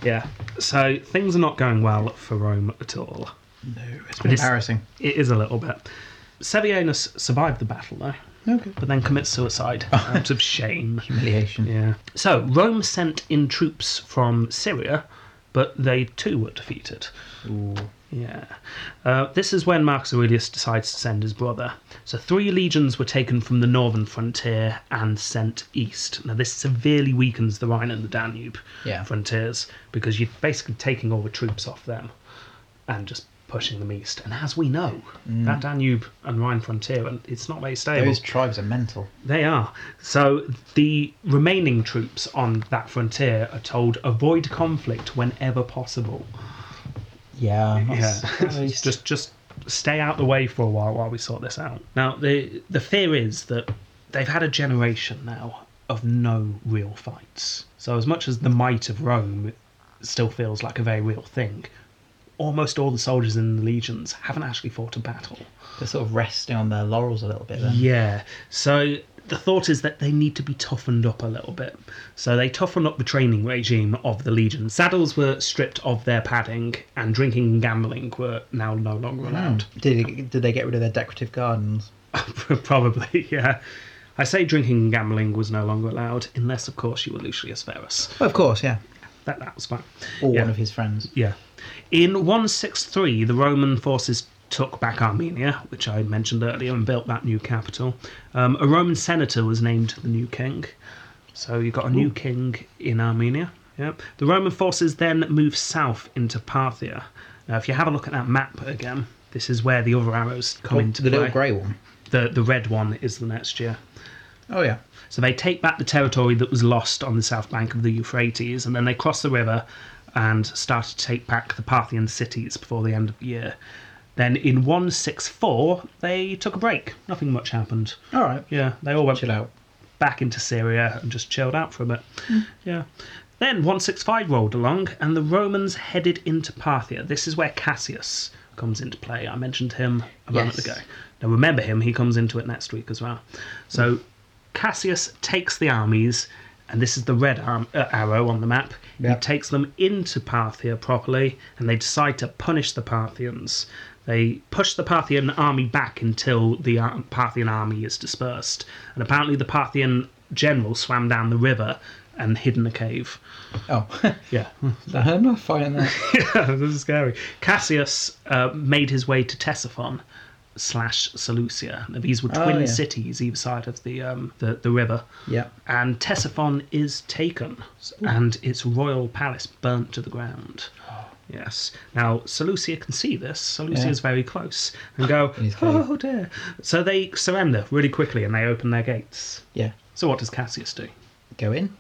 Speaker 2: Yeah. So things are not going well for Rome at all.
Speaker 3: No, it's been
Speaker 2: This-
Speaker 3: embarrassing.
Speaker 2: It is a little bit. Sevianus survived the battle though,
Speaker 3: Okay.
Speaker 2: but then commits suicide out of shame.
Speaker 3: Humiliation.
Speaker 2: Yeah. So Rome sent in troops from Syria, but they too were defeated.
Speaker 3: Ooh.
Speaker 2: Yeah. Uh, this is when Marcus Aurelius decides to send his brother. So, three legions were taken from the northern frontier and sent east. Now, this severely weakens the Rhine and the Danube
Speaker 3: Yeah.
Speaker 2: frontiers because you're basically taking all the troops off them and just pushing them east. And as we know, that Danube and Rhine frontier, and it's not very stable.
Speaker 3: Those tribes are mental.
Speaker 2: They are. So the remaining troops on that frontier are told avoid conflict whenever possible.
Speaker 3: Yeah.
Speaker 2: Yeah, <laughs> just just stay out the way for a while while we sort this out. Now the the fear is that they've had a generation now of no real fights. So as much as the might of Rome still feels like a very real thing, almost all the soldiers in the legions haven't actually fought a battle.
Speaker 3: they're sort of resting on their laurels a little bit then.
Speaker 2: Yeah. So the thought is that they need to be toughened up a little bit. So they toughened up the training regime of the Legion. Saddles were stripped of their padding, and drinking and gambling were now no longer allowed. <laughs>
Speaker 3: Hmm. Did, did they get rid of their decorative gardens?
Speaker 2: Probably, yeah. I say drinking and gambling was no longer allowed, unless, of course, you were Lucius Verus.
Speaker 3: Well, of course, yeah.
Speaker 2: That, that was fine.
Speaker 3: Or
Speaker 2: Yeah.
Speaker 3: one of his friends.
Speaker 2: Yeah. In 163, the Roman forces took back Armenia, which I mentioned earlier, and built that new capital. Um, a Roman senator was named the new king. So you got a new king in Armenia. Yep. The Roman forces then moved south into Parthia. Now, if you have a look at that map again, this is where the other arrows come
Speaker 3: Oh,
Speaker 2: into
Speaker 3: the
Speaker 2: play.
Speaker 3: little grey one.
Speaker 2: the, the red one is the next year.
Speaker 3: Oh, yeah.
Speaker 2: So they take back the territory that was lost on the south bank of the Euphrates, and then they cross the river and start to take back the Parthian cities before the end of the year. Then in 164, they took a break. Nothing much happened.
Speaker 3: All right.
Speaker 2: Yeah, they all went
Speaker 3: Chill out.
Speaker 2: back into Syria and just chilled out for a bit. Yeah. Then 165 rolled along, and the Romans headed into Parthia. This is where Cassius comes into play. I mentioned him a moment
Speaker 3: Yes.
Speaker 2: ago. Now remember him; he comes into it next week as well. So Cassius takes the armies, and this is the red arm, uh, arrow on the map.
Speaker 3: Yeah.
Speaker 2: He takes them into Parthia properly, and they decide to punish the Parthians. They push the Parthian army back until the ar- Parthian army is dispersed, and apparently the Parthian general swam down the river and hid in a cave.
Speaker 3: Oh, <laughs>
Speaker 2: Yeah,
Speaker 3: I'm not fighting that.
Speaker 2: <laughs> this is scary. Cassius uh, made his way to Ctesiphon slash Seleucia. Now, these were
Speaker 3: Oh,
Speaker 2: twin
Speaker 3: yeah.
Speaker 2: cities either side of the um, the, the river.
Speaker 3: yeah.
Speaker 2: And Ctesiphon is taken, and its royal palace burnt to the ground. Yes. Now Seleucia can see this. Seleucia
Speaker 3: Yeah.
Speaker 2: is very close, and go,
Speaker 3: <gasps> He's close.
Speaker 2: oh dear. So they surrender really quickly, and they open their gates.
Speaker 3: Yeah.
Speaker 2: So what does Cassius do?
Speaker 3: Go in,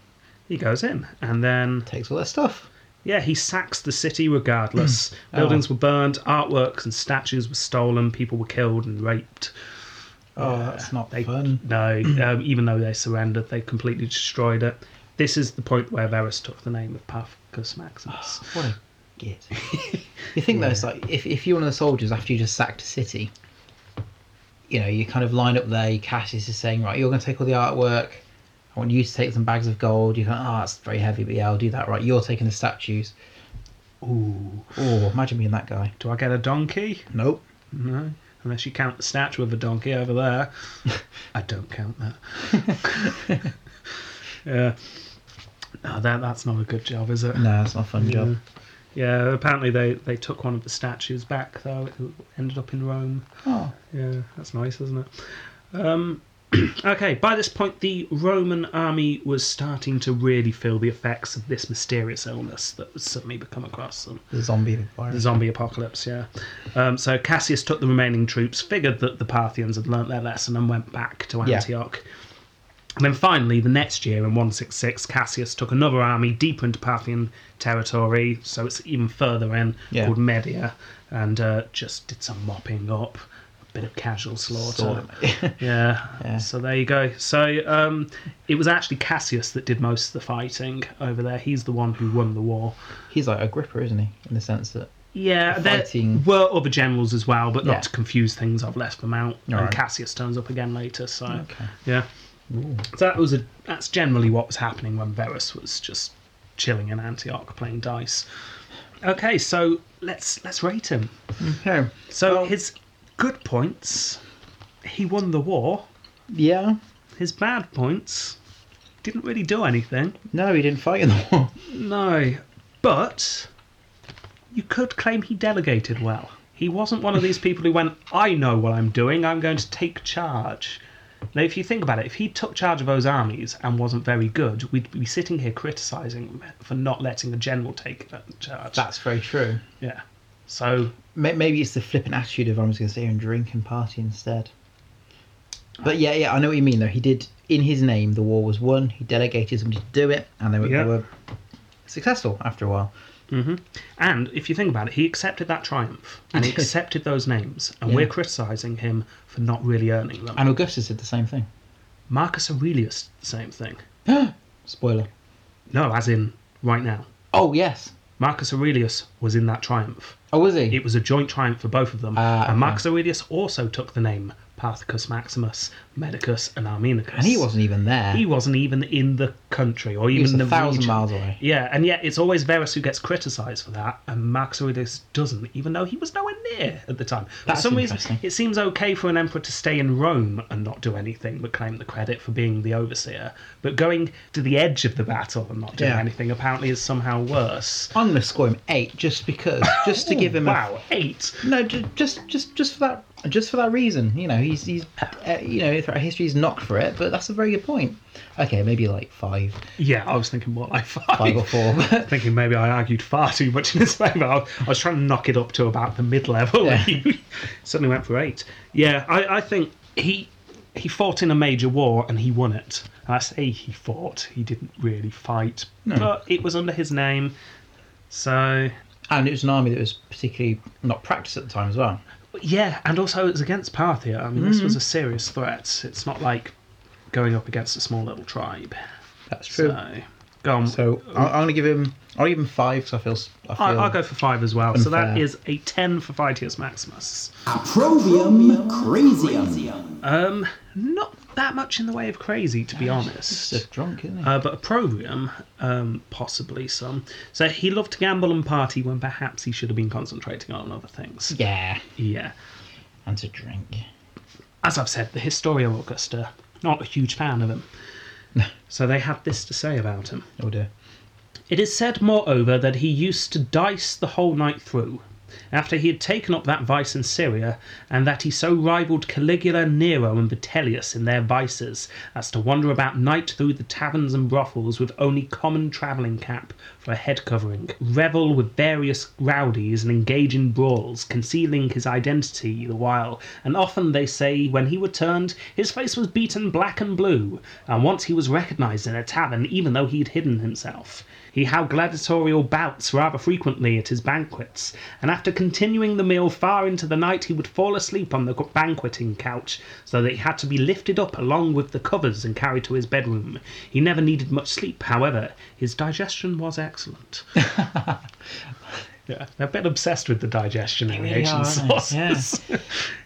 Speaker 2: He goes in, and then
Speaker 3: takes all their stuff.
Speaker 2: yeah, he sacks the city
Speaker 3: <clears throat>
Speaker 2: regardless.
Speaker 3: Oh.
Speaker 2: Buildings were burned, artworks and statues were stolen, people were killed and raped.
Speaker 3: Oh, that's not
Speaker 2: They,
Speaker 3: fun.
Speaker 2: <clears throat> No, um, even though they surrendered, they completely destroyed it. This is the point where Verus took the name of Paphos
Speaker 3: <sighs>
Speaker 2: Maximus.
Speaker 3: What a git. you think though, it's like if, if you're one of the soldiers after you just sacked a city, you know, you kind of line up there. Your Cassius is saying, right, you're going to take all the artwork. I want you to take some bags of gold. You go, oh, that's very heavy, but yeah, I'll do that. Right, you're taking the statues.
Speaker 2: Ooh.
Speaker 3: Oh, imagine being that guy.
Speaker 2: Do I get a donkey?
Speaker 3: Nope.
Speaker 2: No. Unless you count the statue of a donkey over
Speaker 3: <laughs>
Speaker 2: there. I don't count that. <laughs> yeah. No, that, that's not a good job, is it?
Speaker 3: No, that's not a fun job.
Speaker 2: Yeah, apparently they, they took one of the statues back, though. It ended up in Rome.
Speaker 3: Oh,
Speaker 2: Yeah, that's nice, isn't it? Um, <clears throat> okay, by this point, the Roman army was starting to really feel the effects of this mysterious illness that was suddenly become across them.
Speaker 3: the zombie
Speaker 2: The
Speaker 3: virus.
Speaker 2: zombie apocalypse, yeah. Um, so Cassius took the remaining troops, figured that the Parthians had learnt their lesson, and went back to
Speaker 3: Yeah.
Speaker 2: Antioch. And then finally, the next year in 166, Cassius took another army deeper into Parthian territory, so it's even further in,
Speaker 3: Yeah.
Speaker 2: called Media, and uh, just did some mopping up, a bit of casual slaughter. Yeah.
Speaker 3: Yeah.
Speaker 2: So there you go. So um, it was actually Cassius that did most of the fighting over there. He's the one who won the war.
Speaker 3: <laughs> He's like Agrippa, isn't he? In the sense that
Speaker 2: Yeah,
Speaker 3: The
Speaker 2: there
Speaker 3: fighting-
Speaker 2: were other generals as well, but
Speaker 3: Yeah.
Speaker 2: not to confuse things, I've left them out. and
Speaker 3: Alright.
Speaker 2: Cassius turns up again later, so
Speaker 3: Okay.
Speaker 2: yeah. So that was a that's generally what was happening when Verus was just chilling in Antioch playing dice. Okay, so let's let's rate him.
Speaker 3: no,
Speaker 2: So his good points, he won the war.
Speaker 3: yeah,
Speaker 2: His bad points, didn't really do anything.
Speaker 3: <laughs> no, he didn't fight in the war.
Speaker 2: No, but you could claim he delegated well. He wasn't one of these people who went, I know what I'm doing, I'm going to take charge. Now, if you think about it, if he took charge of those armies and wasn't very good, we'd be sitting here criticising him for not letting a general take that charge.
Speaker 3: That's very true.
Speaker 2: yeah. So,
Speaker 3: May- Maybe it's the flippant attitude of I'm just going to sit here and drink and party instead. But yeah, yeah, I know what you mean though. He did, in his name, the war was won. He delegated somebody to do it, and they were,
Speaker 2: Yeah.
Speaker 3: they were successful after a while.
Speaker 2: and if you think about it, he accepted that triumph and he
Speaker 3: <laughs> He did.
Speaker 2: accepted those names, and
Speaker 3: Yeah.
Speaker 2: we're criticising him for not really earning them.
Speaker 3: And Augustus did the same thing. <gasps>
Speaker 2: Marcus Aurelius, same thing.
Speaker 3: Spoiler.
Speaker 2: No, as in right now.
Speaker 3: Oh, yes.
Speaker 2: Marcus Aurelius was in that triumph.
Speaker 3: Oh, was he?
Speaker 2: It was a joint triumph for both of them.
Speaker 3: Ah, okay.
Speaker 2: And Marcus Aurelius also took the name Parthicus Maximus, Medicus, and Arminicus.
Speaker 3: And he wasn't even there.
Speaker 2: He wasn't even in the country or even
Speaker 3: He was
Speaker 2: the
Speaker 3: a thousand
Speaker 2: region.
Speaker 3: miles away.
Speaker 2: Yeah, and yet it's always Verus who gets criticised for that, and Marcus Aurelius doesn't, even though he was nowhere near at the time.
Speaker 3: That's
Speaker 2: for some reason,
Speaker 3: interesting.
Speaker 2: it seems okay for an emperor to stay in Rome and not do anything but claim the credit for being the overseer, but going to the edge of the battle and not doing
Speaker 3: Yeah.
Speaker 2: anything apparently is somehow worse.
Speaker 3: I'm going to score him eight just because, <gasps> just to give him a
Speaker 2: wow, eight.
Speaker 3: No, ju- just just just for that just for that reason, you know, he's he's uh, you know throughout history he's knocked for it, but that's a very good point. Okay, maybe like five,
Speaker 2: Yeah, I was thinking more like five.
Speaker 3: five or four.
Speaker 2: <laughs> Thinking maybe I argued far too much in this favour. I was- I was trying to knock it up to about the mid level. <laughs> Suddenly went for eight. Yeah, I, I think he he fought in a major war and he won it. And I say he fought. He didn't really fight, but it was under his name. So
Speaker 3: and it was an army that was particularly not practiced at the time as well.
Speaker 2: yeah, and also it was against Parthia. I mean,
Speaker 3: Mm-hmm.
Speaker 2: this was a serious threat. It's not like going up against a small little tribe.
Speaker 3: That's true.
Speaker 2: So go on.
Speaker 3: So, I I'm going to give him I'll give him five because I feel s- I feel
Speaker 2: I, I'll go for five as well. So that
Speaker 3: Unfair.
Speaker 2: is a ten for Vitius Maximus.
Speaker 1: Approbium crazium.
Speaker 2: Um, not that much in the way of crazy, to be honest.
Speaker 3: he's just drunk, isn't he?
Speaker 2: Uh, but opprobrium, um, possibly some. So he loved to gamble and party when perhaps he should have been concentrating on other things.
Speaker 3: yeah,
Speaker 2: Yeah.
Speaker 3: and to drink.
Speaker 2: As I've said, the Historia Augusta, not a huge fan of him. so they had this to say about him.
Speaker 3: Oh dear.
Speaker 2: It is said, moreover, that he used to dice the whole night through, after he had taken up that vice in Syria, and that he so rivalled Caligula, Nero, and Vitellius in their vices, as to wander about night through the taverns and brothels with only common travelling cap for a head covering, revel with various rowdies, and engage in brawls, concealing his identity the while, and often, they say, when he returned, his face was beaten black and blue, and once he was recognised in a tavern, even though he had hidden himself. He had gladiatorial bouts rather frequently at his banquets, and after continuing the meal far into the night, he would fall asleep on the banqueting couch, so that he had to be lifted up along with the covers and carried to his bedroom. He never needed much sleep, however, his digestion was
Speaker 3: <laughs>
Speaker 2: excellent. yeah, they're a bit obsessed with the digestion in the
Speaker 3: really
Speaker 2: Asian
Speaker 3: are, aren't they?
Speaker 2: sauces. <laughs>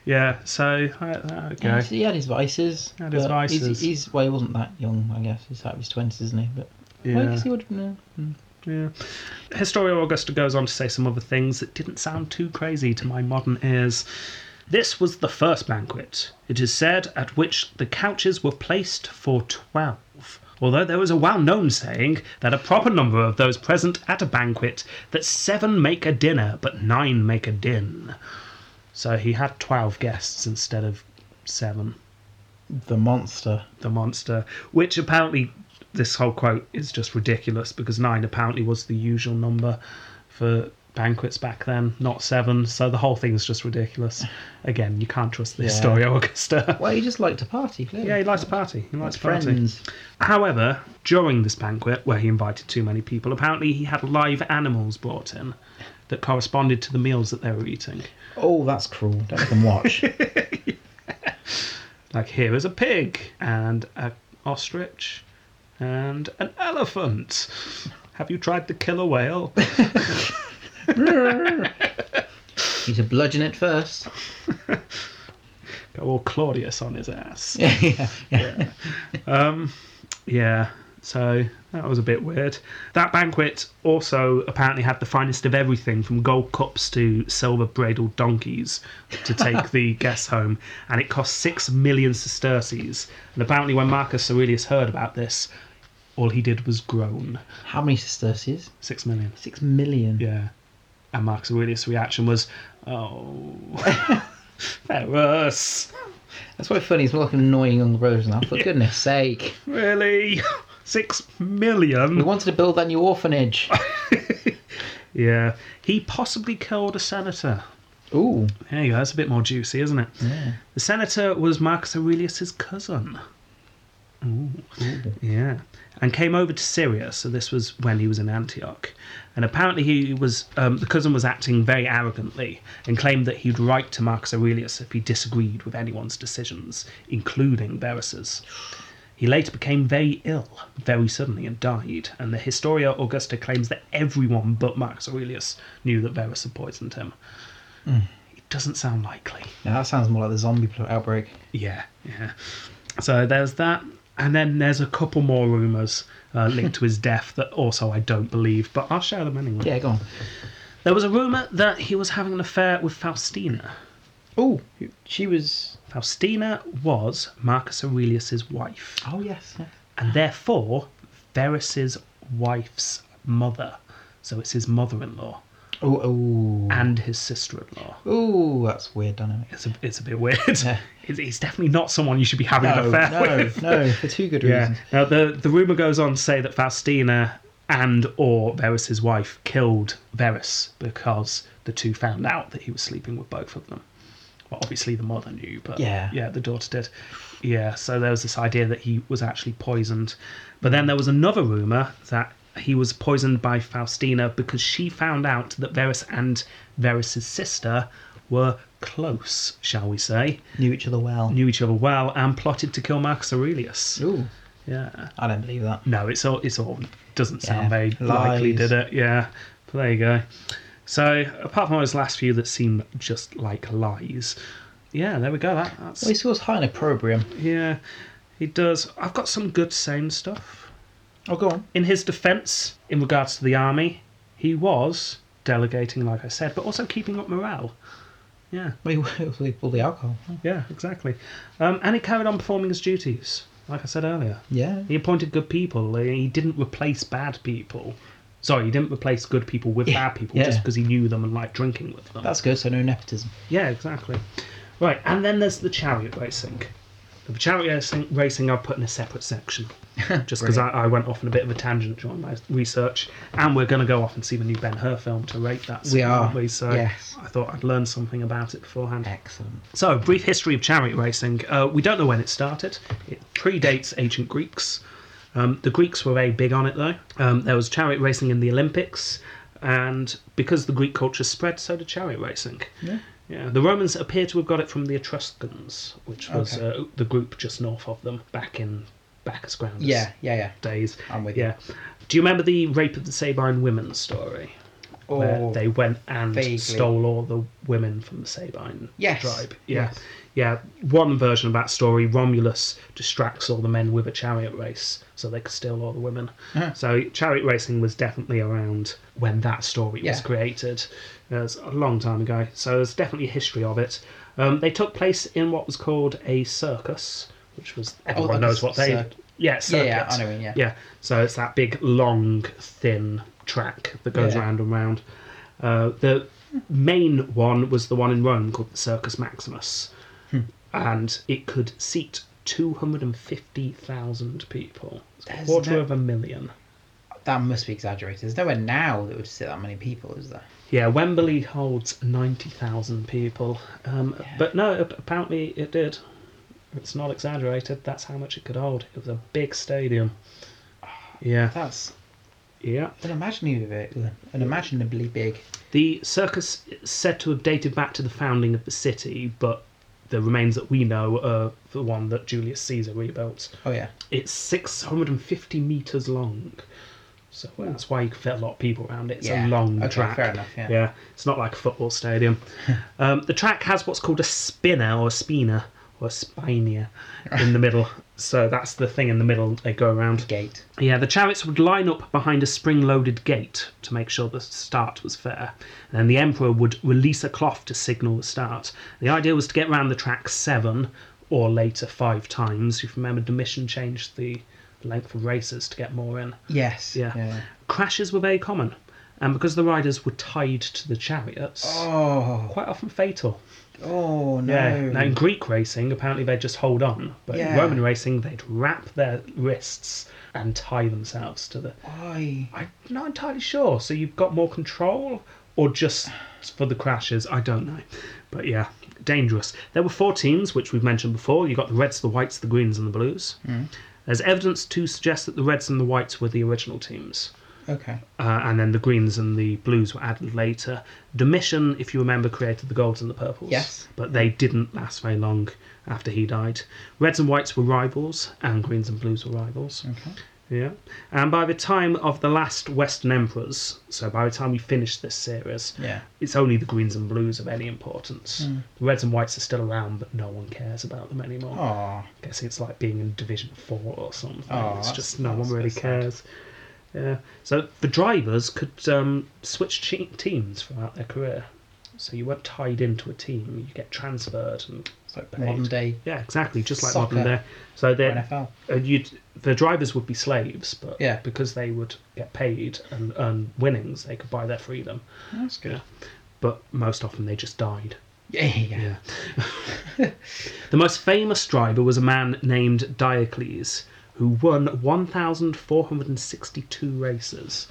Speaker 2: Yeah, so uh, there we go.
Speaker 3: He had his vices.
Speaker 2: He had his
Speaker 3: but he's-
Speaker 2: vices.
Speaker 3: He's, well, he wasn't that young, I guess. He's out of his twenties, isn't he? But well, I
Speaker 2: Yeah.
Speaker 3: guess he would. No.
Speaker 2: Yeah. Historia Augusta goes on to say some other things that didn't sound too crazy to my modern ears. This was the first banquet, it is said, at which the couches were placed for twelve. Although there was a well known saying that a proper number of those present at a banquet, that seven make a dinner, but nine make a din. So he had twelve guests instead of seven
Speaker 3: The monster.
Speaker 2: the monster, which apparently this whole quote is just ridiculous because nine apparently was the usual number for banquets back then, not seven. So the whole thing's just ridiculous. Again, you can't trust the
Speaker 3: Yeah.
Speaker 2: Historia <laughs> Augusta.
Speaker 3: Well, he just liked to party, clearly.
Speaker 2: yeah, he likes to party. He likes to
Speaker 3: That's
Speaker 2: party.
Speaker 3: friends.
Speaker 2: However, during this banquet where he invited too many people, apparently he had live animals brought in that corresponded to the meals that they were eating.
Speaker 3: Oh, that's cruel. Don't let them watch.
Speaker 2: Like here is a pig and an ostrich and an elephant. Have you tried the killer whale? <laughs>
Speaker 3: Need to bludgeon it
Speaker 4: <laughs>
Speaker 3: first.
Speaker 2: Go all Claudius on his ass.
Speaker 3: yeah, yeah.
Speaker 2: Yeah. So that was a bit weird. That banquet also apparently had the finest of everything from gold cups to silver bridled donkeys to take the guests home, and it cost six million sesterces. And apparently, when Marcus Aurelius heard about this, all he did was groan.
Speaker 3: How many sesterces?
Speaker 2: Six million.
Speaker 3: Six million.
Speaker 2: Yeah. And Marcus Aurelius' reaction was, "Oh, Ferus,
Speaker 4: That's why funny. It's more like annoying on the roads now. <laughs> For goodness sake,
Speaker 2: really? Six
Speaker 4: we
Speaker 2: million?
Speaker 4: wanted to build that new orphanage.
Speaker 2: Yeah. He possibly killed a senator.
Speaker 4: <laughs> Ooh,
Speaker 2: There you go. That's a bit more juicy, isn't it?
Speaker 4: yeah.
Speaker 2: The senator was Marcus Aurelius' cousin. Ooh. Yeah. And came over to Syria, so this was when he was in Antioch. And apparently he was um, the cousin was acting very arrogantly and claimed that he'd write to Marcus Aurelius if he disagreed with anyone's decisions, including Verus's. He later became very ill, very suddenly, and died. And the Historia Augusta claims that everyone but Marcus Aurelius knew that Verus had poisoned him. It doesn't sound likely.
Speaker 4: Now that sounds more like the zombie pl- outbreak.
Speaker 2: Yeah, yeah. So there's that, and then there's a couple more rumours uh, linked
Speaker 4: <laughs>
Speaker 2: to his death that also I don't believe, but I'll share them anyway.
Speaker 4: Yeah, go on.
Speaker 2: There was a rumour that he was having an affair with Faustina.
Speaker 4: Ooh, she was.
Speaker 2: Faustina was Marcus Aurelius's wife,
Speaker 4: Oh yes. yeah.
Speaker 2: and therefore Verus's wife's mother. So it's his mother-in-law
Speaker 4: Oh oh.
Speaker 2: and his sister-in-law.
Speaker 4: Ooh, that's weird dynamic.
Speaker 2: It's a, it's a bit weird.
Speaker 4: Yeah.
Speaker 2: <laughs> It's, it's definitely not someone you should be having an
Speaker 4: No,
Speaker 2: affair with.
Speaker 4: no, no, for two
Speaker 2: <laughs>
Speaker 4: good
Speaker 2: Yeah.
Speaker 4: reasons.
Speaker 2: Now the the rumor goes on to say that Faustina and or Verus's wife killed Verus because the two found out that he was sleeping with both of them. Well, obviously the mother knew, but
Speaker 4: Yeah.
Speaker 2: yeah, the daughter did. Yeah. So there was this idea that he was actually poisoned, but then there was another rumor that he was poisoned by Faustina because she found out that Verus and Verus's sister were close, shall we say,
Speaker 4: Knew each other well.
Speaker 2: knew each other well, and plotted to kill Marcus Aurelius.
Speaker 4: Ooh,
Speaker 2: Yeah.
Speaker 4: I don't believe that.
Speaker 2: No, it's all it's all doesn't sound
Speaker 4: Yeah,
Speaker 2: very likely,
Speaker 4: lies.
Speaker 2: did it? Yeah. But there you go. So apart from those last few that seem just like lies, yeah, there we go. That, that's
Speaker 4: Well, he scores high in opprobrium.
Speaker 2: yeah, he does. I've got some good same stuff
Speaker 4: Oh, go on.
Speaker 2: in his defence in regards to the army. He was delegating, like I said, but also keeping up morale. Yeah,
Speaker 4: We <laughs> we pull the alcohol.
Speaker 2: yeah, exactly. Um, and he carried on performing his duties, like I said earlier.
Speaker 4: Yeah.
Speaker 2: He appointed good people. He didn't replace bad people. Sorry, he didn't replace good people with
Speaker 4: Yeah,
Speaker 2: bad people
Speaker 4: yeah.
Speaker 2: just because he knew them and liked drinking with them.
Speaker 4: That's good. So no nepotism.
Speaker 2: Yeah, exactly. Right, and then there's the chariot racing. The chariot racing, racing I've put in a separate
Speaker 4: <laughs>
Speaker 2: section just because I, I went off on a bit of a tangent during my research. And we're going to go off and see the new Ben Hur film to rate that. soon,
Speaker 4: are,
Speaker 2: aren't we? So
Speaker 4: yes.
Speaker 2: I thought I'd learn something about it beforehand.
Speaker 4: Excellent.
Speaker 2: So, brief history of chariot racing. Uh, we don't know when it started. It predates ancient Greeks. Um, the Greeks were very big on it, though. Um, there was chariot racing in the Olympics, and because the Greek culture spread, so did chariot racing.
Speaker 4: Yeah.
Speaker 2: Yeah, the Romans appear to have got it from the Etruscans, which was
Speaker 4: Okay.
Speaker 2: uh, the group just north of them back in Bacchus Groundus
Speaker 4: Yeah, yeah, yeah.
Speaker 2: days.
Speaker 4: I'm with you.
Speaker 2: yeah. Do you remember the rape of the Sabine women story? where
Speaker 4: Or
Speaker 2: they went and
Speaker 4: Oh, vaguely.
Speaker 2: stole all the women from the Sabine
Speaker 4: Yes,
Speaker 2: tribe. Yeah.
Speaker 4: yes.
Speaker 2: Yeah. One version of that story, Romulus distracts all the men with a chariot race so they could steal all the women.
Speaker 4: Uh-huh.
Speaker 2: So chariot racing was definitely around when that story was
Speaker 4: Yeah.
Speaker 2: created. It was a long time ago. So there's definitely a history of it. Um, they took place in what was called a circus, which was everyone
Speaker 4: like a
Speaker 2: knows what they
Speaker 4: Oh, cir-
Speaker 2: yeah,
Speaker 4: Yeah,
Speaker 2: circuit.
Speaker 4: yeah, I know what you mean, yeah.
Speaker 2: Yeah, so it's that big, long, thin track that goes
Speaker 4: Yeah.
Speaker 2: round and round. Uh, the main one was the one in Rome called the Circus Maximus, and it could seat 250,000 people. It's a
Speaker 4: There's
Speaker 2: quarter
Speaker 4: no-
Speaker 2: of a million.
Speaker 4: that must be exaggerated. There's nowhere now that would sit that many people, is there?
Speaker 2: Yeah, Wembley holds 90,000 people. Um, But no, ap- apparently it did. It's not exaggerated. That's how much it could hold. It was a big stadium. Yeah,
Speaker 4: That's
Speaker 2: yeah.
Speaker 4: unimaginably, unimaginably big.
Speaker 2: The circus is said to have dated back to the founding of the city, but the remains that we know are the one that Julius Caesar rebuilt.
Speaker 4: Oh yeah.
Speaker 2: It's 650 metres long. So that's why you can fit a lot of people around it. It's a
Speaker 4: Yeah.
Speaker 2: long
Speaker 4: Okay,
Speaker 2: track.
Speaker 4: fair enough, yeah.
Speaker 2: it's not like a football
Speaker 4: <laughs>
Speaker 2: stadium. um, the track has what's called a spinner or a spina or a spinia in the
Speaker 4: <laughs>
Speaker 2: middle. So that's the thing in the middle they go around.
Speaker 4: Gate.
Speaker 2: Yeah, the chariots would line up behind a spring loaded gate to make sure the start was fair. And then the emperor would release a cloth to signal the start. The idea was to get round the track seven or later five times. If you remember, Domitian changed the length of races to get more in.
Speaker 4: Yes.
Speaker 2: Yeah.
Speaker 4: yeah.
Speaker 2: Crashes were very common. and because the riders were tied to the chariots,
Speaker 4: Oh,
Speaker 2: quite often fatal.
Speaker 4: oh no.
Speaker 2: Yeah. Now in Greek racing, apparently they'd just hold on, but in
Speaker 4: Yeah.
Speaker 2: Roman racing, they'd wrap their wrists and tie themselves to the.
Speaker 4: Why?
Speaker 2: I'm not entirely sure. So you've got more control, or just for the crashes? I don't know. But yeah, dangerous. There were four teams, which we've mentioned before. You got the Reds, the Whites, the Greens, and the Blues. There's evidence to suggest that the Reds and the Whites were the original teams.
Speaker 4: Okay.
Speaker 2: Uh, and then the greens and the blues were added later. Domitian, if you remember, created the golds and the purples.
Speaker 4: Yes.
Speaker 2: But they didn't last very long after he died. Reds and whites were rivals, and greens and blues were
Speaker 3: Mm.
Speaker 2: rivals. Okay. Yeah. And by the time of the last Western Emperors, so by the time we finished this series,
Speaker 4: Yeah.
Speaker 2: it's only the greens and blues of any importance.
Speaker 4: Hmm.
Speaker 2: The reds and whites are still around, but no one cares about them anymore.
Speaker 4: Oh,
Speaker 2: I guess it's like being in Division Four or something.
Speaker 4: Oh,
Speaker 2: it's
Speaker 4: that's-
Speaker 2: just no one
Speaker 4: that's a
Speaker 2: really
Speaker 4: bit sad.
Speaker 2: cares. Yeah. So the drivers could um, switch che- teams throughout their career. So you weren't tied into a team. You get transferred and
Speaker 4: it's like
Speaker 2: paid.
Speaker 4: modern day
Speaker 2: Yeah, exactly. Just like
Speaker 4: Soccer.
Speaker 2: modern day. So they
Speaker 4: NFL.
Speaker 2: uh, you'd the drivers would be slaves, but
Speaker 4: Yeah.
Speaker 2: because they would get paid and earn winnings, they could buy their freedom.
Speaker 4: That's good.
Speaker 2: But most often they just died.
Speaker 4: Yeah, yeah.
Speaker 2: Yeah. <laughs> the most famous driver was a man named Diocles, who won 1,462 races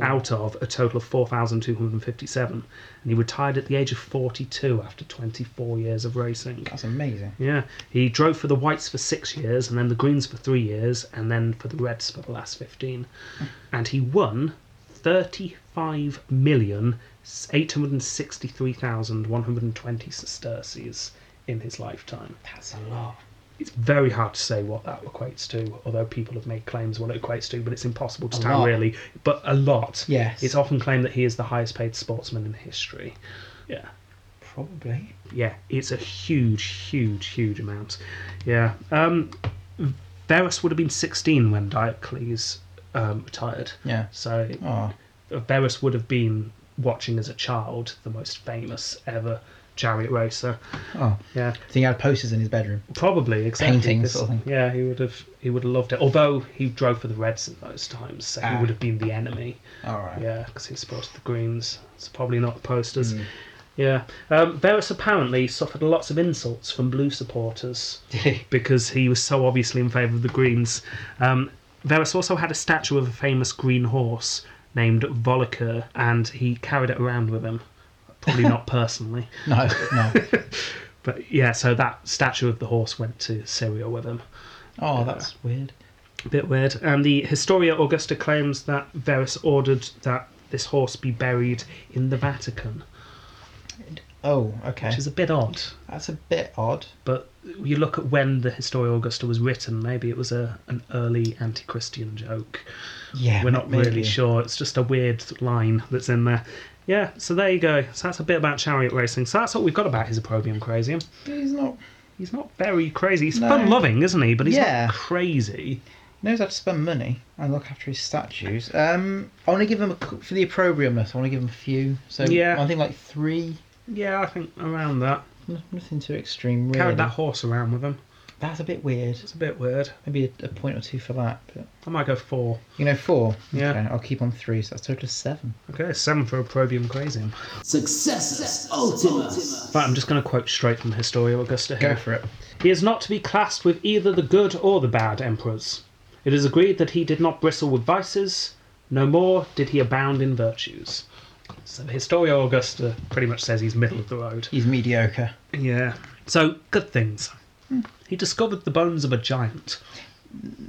Speaker 2: out of a total of 4,257. And he retired at the age of 42 after 24 years of racing.
Speaker 4: That's amazing.
Speaker 2: Yeah, he drove for the Whites for six years, and then the Greens for three years, and then for the Reds for the last 15. And he won 35,863,120 sesterces in his lifetime.
Speaker 4: That's a lot.
Speaker 2: It's very hard to say what that equates to, although people have made claims what it equates to, but it's impossible to
Speaker 4: A
Speaker 2: tell
Speaker 4: lot.
Speaker 2: really. But a lot.
Speaker 4: Yes.
Speaker 2: It's often claimed that he is the highest paid sportsman in history. Yeah
Speaker 4: Probably.
Speaker 2: yeah, it's a huge, huge, huge amount. Yeah. Um, Verus would have been 16 when Diocles um, retired.
Speaker 4: Yeah.
Speaker 2: So
Speaker 4: Oh,
Speaker 2: Verus would have been watching as a child the most famous ever chariot racer.
Speaker 4: oh.
Speaker 2: Yeah,
Speaker 4: So he had posters in his bedroom.
Speaker 2: probably exactly.
Speaker 4: Painting
Speaker 2: this-
Speaker 4: sort of thing.
Speaker 2: Yeah, he would have he would have loved it. Although he drove for the Reds in those times, so he
Speaker 4: Ah.
Speaker 2: would have been the enemy.
Speaker 4: All right.
Speaker 2: Yeah, because he supported the Greens. It's probably not the posters. Yeah. Um, Verus apparently suffered lots of insults from Blue supporters because he was so obviously in favour of the Greens. Um, Verus also had a statue of a famous green horse named Voliker, and he carried it around with him. Probably not personally.
Speaker 4: <laughs> No, no.
Speaker 2: But yeah, so that statue of the horse went to Syria with him.
Speaker 4: Oh, that's weird.
Speaker 2: A bit weird. And the Historia Augusta claims that Verus ordered that this horse be buried in the Vatican,
Speaker 4: Oh, okay.
Speaker 2: which is a bit odd.
Speaker 4: That's a bit odd.
Speaker 2: But you look at when the Historia Augusta was written, maybe it was a, an early anti Christian joke.
Speaker 4: Yeah.
Speaker 2: We're not
Speaker 4: maybe.
Speaker 2: really sure. It's just a weird line that's in there. Yeah, so there you go. So that's a bit about chariot racing. So that's what we've got about his opprobrium crazium.
Speaker 4: He's not.
Speaker 2: He's not very crazy. He's
Speaker 4: No.
Speaker 2: fun loving, isn't he? But he's
Speaker 4: Yeah.
Speaker 2: not crazy.
Speaker 4: knows how to spend money and look after his statues. Um, I want to give him a cou- for the opprobriumness. I want to give him a few. So
Speaker 2: Yeah.
Speaker 4: I think like three.
Speaker 2: Yeah, I think around that.
Speaker 4: N- Nothing too extreme, really.
Speaker 2: Carried that horse around with him.
Speaker 4: That's a bit weird.
Speaker 2: It's a bit weird.
Speaker 4: Maybe a, a point or two for that. But
Speaker 2: I might go four.
Speaker 4: you know, four.
Speaker 2: Yeah.
Speaker 4: Okay, I'll keep on three. So that's a total of seven.
Speaker 2: Okay, seven for opprobrium crazium.
Speaker 1: Successus Ultimus.
Speaker 2: Right, I'm just going to quote straight from Historia Augusta here.
Speaker 4: Go for it.
Speaker 2: He is not to be classed with either the good or the bad emperors. It is agreed that he did not bristle with vices, no more did he abound in virtues. So Historia Augusta uh, pretty much says he's middle of the road.
Speaker 4: He's mediocre.
Speaker 2: Yeah. So good things. He discovered the bones of a giant.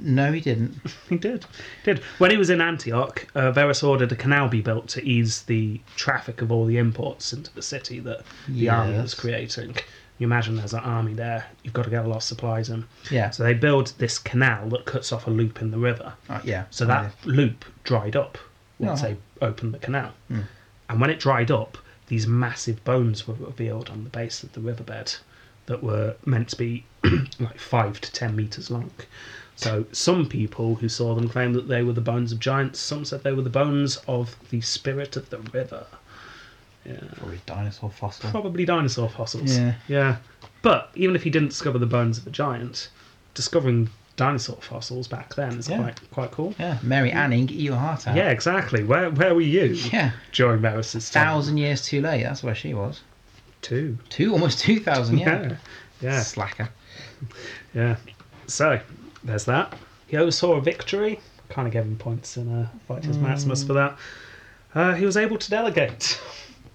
Speaker 4: No,
Speaker 2: <laughs>
Speaker 4: he didn't.
Speaker 2: He did. Did when he was in Antioch, uh, Verus ordered a canal be built to ease the traffic of all the imports into the city that the army was
Speaker 4: Yes.
Speaker 2: creating. You imagine there's an army there. You've got to get a lot of supplies in.
Speaker 4: Yeah.
Speaker 2: So they build this canal that cuts off a loop in the river.
Speaker 4: Uh, yeah.
Speaker 2: So that loop dried up once
Speaker 4: Oh.
Speaker 2: they opened the canal. And when it dried up, these massive bones were revealed on the base of the riverbed that were meant to be <clears throat> like five to ten meters long. So some people who saw them claimed that they were the bones of giants, some said they were the bones of the spirit of the river.
Speaker 4: Probably dinosaur fossil.
Speaker 2: Probably dinosaur fossils.
Speaker 4: Yeah.
Speaker 2: Yeah. But even if he didn't discover the bones of a giant, discovering dinosaur fossils back then. It's
Speaker 4: Yeah.
Speaker 2: quite quite cool.
Speaker 4: Yeah.
Speaker 3: Mary Anning, eat your heart out.
Speaker 2: Yeah, exactly. Where where were you
Speaker 3: Yeah.
Speaker 2: during Varus's time?
Speaker 3: Thousand years too late. That's where she was.
Speaker 2: two.
Speaker 3: Two, almost two thousand. <laughs> Yeah.
Speaker 2: yeah. yeah.
Speaker 3: Slacker.
Speaker 2: Yeah. So, there's that. He oversaw a victory. Kind of gave him points in uh, Vitus Maximus for that. Uh, he was able to delegate.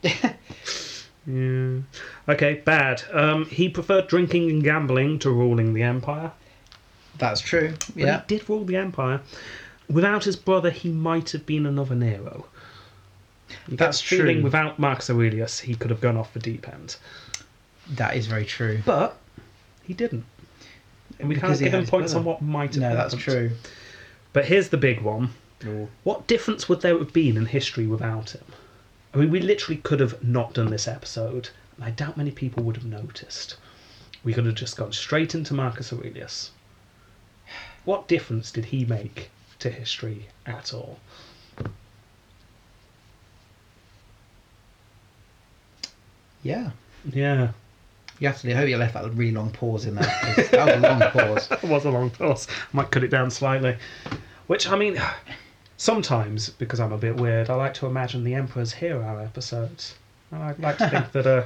Speaker 2: yeah. Okay, bad. Um, he preferred drinking and gambling to ruling the empire.
Speaker 3: That's true.
Speaker 2: But
Speaker 3: Yeah.
Speaker 2: He did rule the empire. Without his brother, he might have been another Nero. You get
Speaker 3: That's
Speaker 2: the feeling
Speaker 3: true.
Speaker 2: Without Marcus Aurelius, he could have gone off the deep end.
Speaker 3: That is very true.
Speaker 2: But he didn't. And we can't
Speaker 3: Because he
Speaker 2: give
Speaker 3: had
Speaker 2: him
Speaker 3: his
Speaker 2: points
Speaker 3: brother.
Speaker 2: on what might have
Speaker 3: No, that's
Speaker 2: happened.
Speaker 3: true.
Speaker 2: But here's the big one. What difference would there have been in history without him? I mean, we literally could have not done this episode, and I doubt many people would have noticed. We could have just gone straight into Marcus Aurelius. What difference did he make to history at all?
Speaker 3: Yeah.
Speaker 2: Yeah, <laughs>
Speaker 3: You have to. I hope you left that really long pause in there. 'cause That was a long pause.
Speaker 2: that was a long pause. Might cut it down slightly. Which, I mean, sometimes, because I'm a bit weird, I like to imagine the Emperor's Hero episodes. And I'd like to think that uh,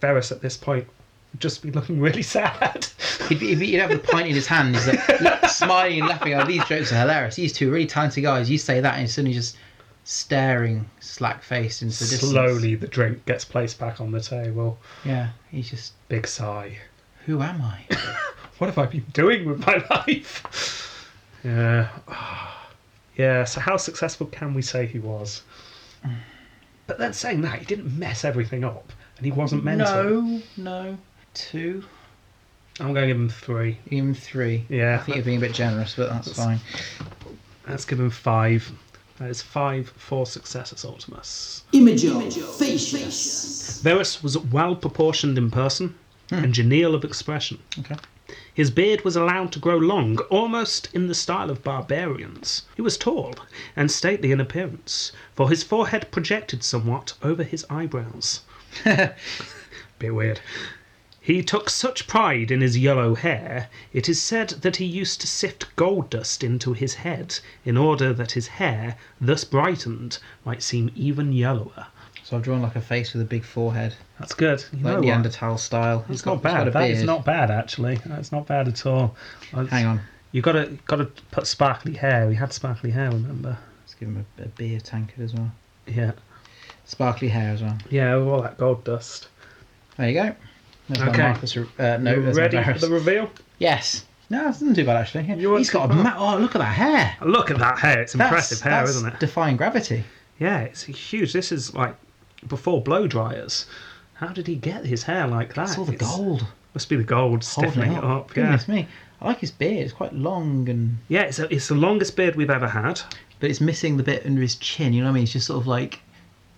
Speaker 2: Varus at this point would just be looking really <laughs> sad.
Speaker 3: He'd, be, he'd, be- he'd have the pint in his hand. He's like <laughs> la- smiling and laughing. Oh, these jokes are hilarious. These two really talented guys. You say that, and suddenly just staring, slack faced into the distance.
Speaker 2: Slowly, the drink gets placed back on the table.
Speaker 3: Yeah. He's just.
Speaker 2: Big sigh.
Speaker 3: Who am <coughs> I?
Speaker 2: What have I been doing with my <laughs> life? Yeah. <sighs> Yeah, so how successful can we say he was? But then saying that, he didn't mess everything up. And he wasn't meant to.
Speaker 3: No. No. Two.
Speaker 2: I'm going to give him three.
Speaker 3: Even three.
Speaker 2: Yeah.
Speaker 3: I think you're being a bit generous, but that's fine.
Speaker 2: Let's give him five. That is five for successus Ultimus.
Speaker 1: Imago facius.
Speaker 2: Verus was well proportioned in person
Speaker 3: Hmm.
Speaker 2: and genial of expression.
Speaker 3: Okay.
Speaker 2: His beard was allowed to grow long, almost in the style of barbarians. He was tall and stately in appearance, for his forehead projected somewhat over his <laughs> eyebrows. Bit weird. He took such pride in his yellow hair, it is said that he used to sift gold dust into his head in order that his hair, thus brightened, might seem even yellower.
Speaker 3: So I've drawn like a face with a big forehead,
Speaker 2: That's good. You
Speaker 3: like
Speaker 2: know what?
Speaker 3: Neanderthal style.
Speaker 2: It's
Speaker 3: He's
Speaker 2: not
Speaker 3: got- he's got
Speaker 2: bad.
Speaker 3: a
Speaker 2: That is
Speaker 3: beard.
Speaker 2: not bad, actually. That's not bad at all. <laughs>
Speaker 3: Hang on,
Speaker 2: You gotta gotta put sparkly hair. We had sparkly hair, remember?
Speaker 3: let's give him a, a beer tankard as well.
Speaker 2: Yeah,
Speaker 3: Sparkly hair as well.
Speaker 2: yeah. with All that gold dust.
Speaker 3: There you go. There's my
Speaker 2: Okay.
Speaker 3: Marcus, uh, no,
Speaker 2: You
Speaker 3: there's my
Speaker 2: ready for
Speaker 3: Varus.
Speaker 2: the reveal?
Speaker 3: Yes. No, that's not too bad actually.
Speaker 2: You
Speaker 3: He's
Speaker 2: want
Speaker 3: got
Speaker 2: to-
Speaker 3: a ma- oh look at that hair.
Speaker 2: Look at that hair. It's
Speaker 3: That's-
Speaker 2: impressive hair,
Speaker 3: that's
Speaker 2: isn't it?
Speaker 3: Defying gravity.
Speaker 2: Yeah, it's huge. This is like before blow dryers. How did he get his hair like that?
Speaker 3: That's all the
Speaker 2: It's-
Speaker 3: gold
Speaker 2: Must be the gold
Speaker 3: holding
Speaker 2: stiffening
Speaker 3: it
Speaker 2: it
Speaker 3: up.
Speaker 2: up. Yeah,
Speaker 3: Goodness me. I like his beard. It's quite long and
Speaker 2: yeah. It's, a, it's the longest beard we've ever had.
Speaker 3: but it's missing the bit under his chin. You know what I mean? It's just sort of like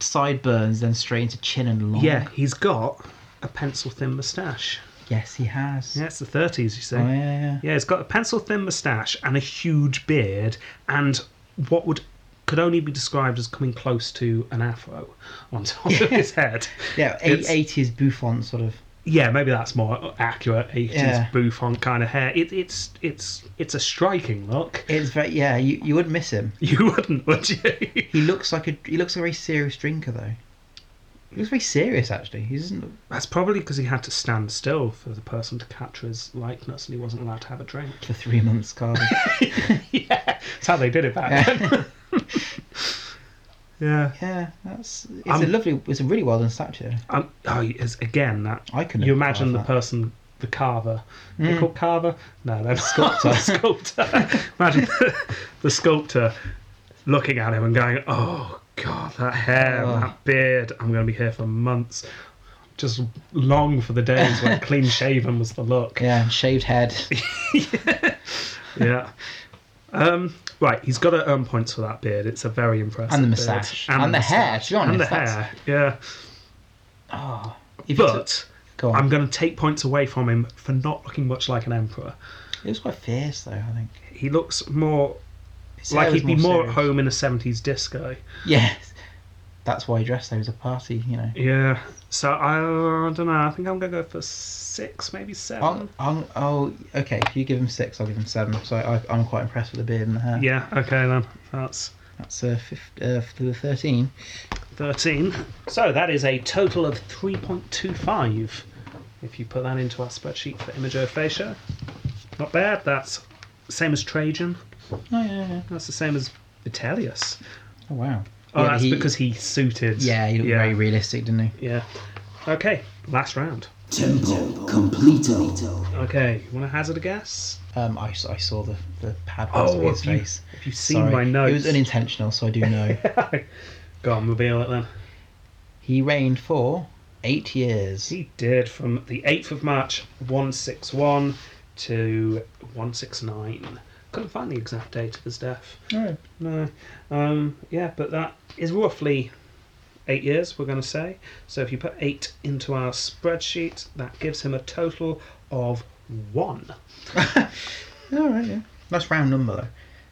Speaker 3: sideburns, then straight into chin and long.
Speaker 2: Yeah, he's got a pencil thin moustache.
Speaker 3: Yes, he has.
Speaker 2: Yeah, it's the thirties. You see.
Speaker 3: Oh, yeah, yeah.
Speaker 2: Yeah, he's got a pencil thin moustache and a huge beard, and what would could only be described as coming close to an afro on top of his head.
Speaker 3: Yeah,
Speaker 2: It's-
Speaker 3: eighties Buffon sort of.
Speaker 2: Yeah, maybe that's more accurate. Eighties
Speaker 3: Yeah.
Speaker 2: Buffon kind of hair. It, it's it's it's a striking look. <laughs>
Speaker 3: It's very yeah. You, you wouldn't miss him.
Speaker 2: You wouldn't, would you?
Speaker 3: He looks like a he looks like a very serious drinker though. He looks very serious actually. He doesn't. Look,
Speaker 2: That's probably because he had to stand still for the person to capture his likeness, and he wasn't allowed to have a drink. <laughs>
Speaker 3: for three <laughs> months, Carl.
Speaker 2: yeah, that's how they did it back then. <laughs> yeah,
Speaker 3: yeah, that's it's a
Speaker 2: I'm-
Speaker 3: lovely. It's a really well done statue.
Speaker 2: um, oh, it's, again that
Speaker 3: I can.
Speaker 2: you imagine the
Speaker 3: carve that. Hmm.
Speaker 2: person, the carver. They're called carver? No, they're sculptor.
Speaker 3: Sculptor.
Speaker 2: <laughs> sculptor. Imagine <laughs> the, the sculptor looking at him and going, "Oh God, that hair,
Speaker 3: Oh.
Speaker 2: that beard. I'm going to be here for months." Just long for the days when
Speaker 3: <laughs>
Speaker 2: clean shaven was the look. Yeah.
Speaker 3: Yeah, and shaved <laughs> head.
Speaker 2: Um, right, he's got to earn points for that beard. It's a very impressive
Speaker 3: And the
Speaker 2: beard.
Speaker 3: moustache. And the hair, to be
Speaker 2: And the
Speaker 3: honest, that's-
Speaker 2: hair. Yeah.
Speaker 3: Oh, if you took-
Speaker 2: But
Speaker 3: go on.
Speaker 2: I'm going to take points away from him for not looking much like an emperor.
Speaker 3: It was quite fierce though. I think.
Speaker 2: He looks more
Speaker 3: His hair
Speaker 2: like
Speaker 3: was
Speaker 2: he'd be more at
Speaker 3: serious.
Speaker 2: home in a 70s disco.
Speaker 3: Yes. that's why he dressed there as a party, you know.
Speaker 2: Yeah. So I, don't know. I think I'm gonna go for six, maybe 7
Speaker 3: I'm, I'm, oh, okay. If you give him six, I'll give him seven. So I, I'm quite impressed with the beard and the hair.
Speaker 2: yeah. Okay then. That's
Speaker 3: That's uh, fif- uh, f- the 13.
Speaker 2: 13. So that is a total of 3.25 if you put that into our spreadsheet for imagophagia. Not bad, that's same as Trajan,
Speaker 3: Oh, yeah, yeah.
Speaker 2: that's the same as Vitellius.
Speaker 3: Oh, wow.
Speaker 2: Oh,
Speaker 3: Yeah,
Speaker 2: that's
Speaker 3: he-
Speaker 2: because he suited.
Speaker 3: Yeah, he looked
Speaker 2: yeah.
Speaker 3: very realistic, didn't he?
Speaker 2: Yeah. Okay, last round.
Speaker 1: Tempo completo.
Speaker 2: Okay, you want to hazard a guess?
Speaker 3: Um, I, s- I saw the, the pad
Speaker 2: Oh,
Speaker 3: oh, his
Speaker 2: have you
Speaker 3: face.
Speaker 2: If you've seen
Speaker 3: Sorry.
Speaker 2: my
Speaker 3: It
Speaker 2: notes.
Speaker 3: was unintentional, so I
Speaker 2: <laughs>
Speaker 3: do know.
Speaker 2: Go on, reveal it then.
Speaker 3: he reigned for eight years.
Speaker 2: He did from the 8th of March 161 to 169. Couldn't find the exact date of his death.
Speaker 3: Oh.
Speaker 2: No. Um, yeah, but that is roughly eight years, we're going to say. So if you put eight into our spreadsheet, that gives him a total of one. oh,
Speaker 3: All right, yeah. Nice round number, though.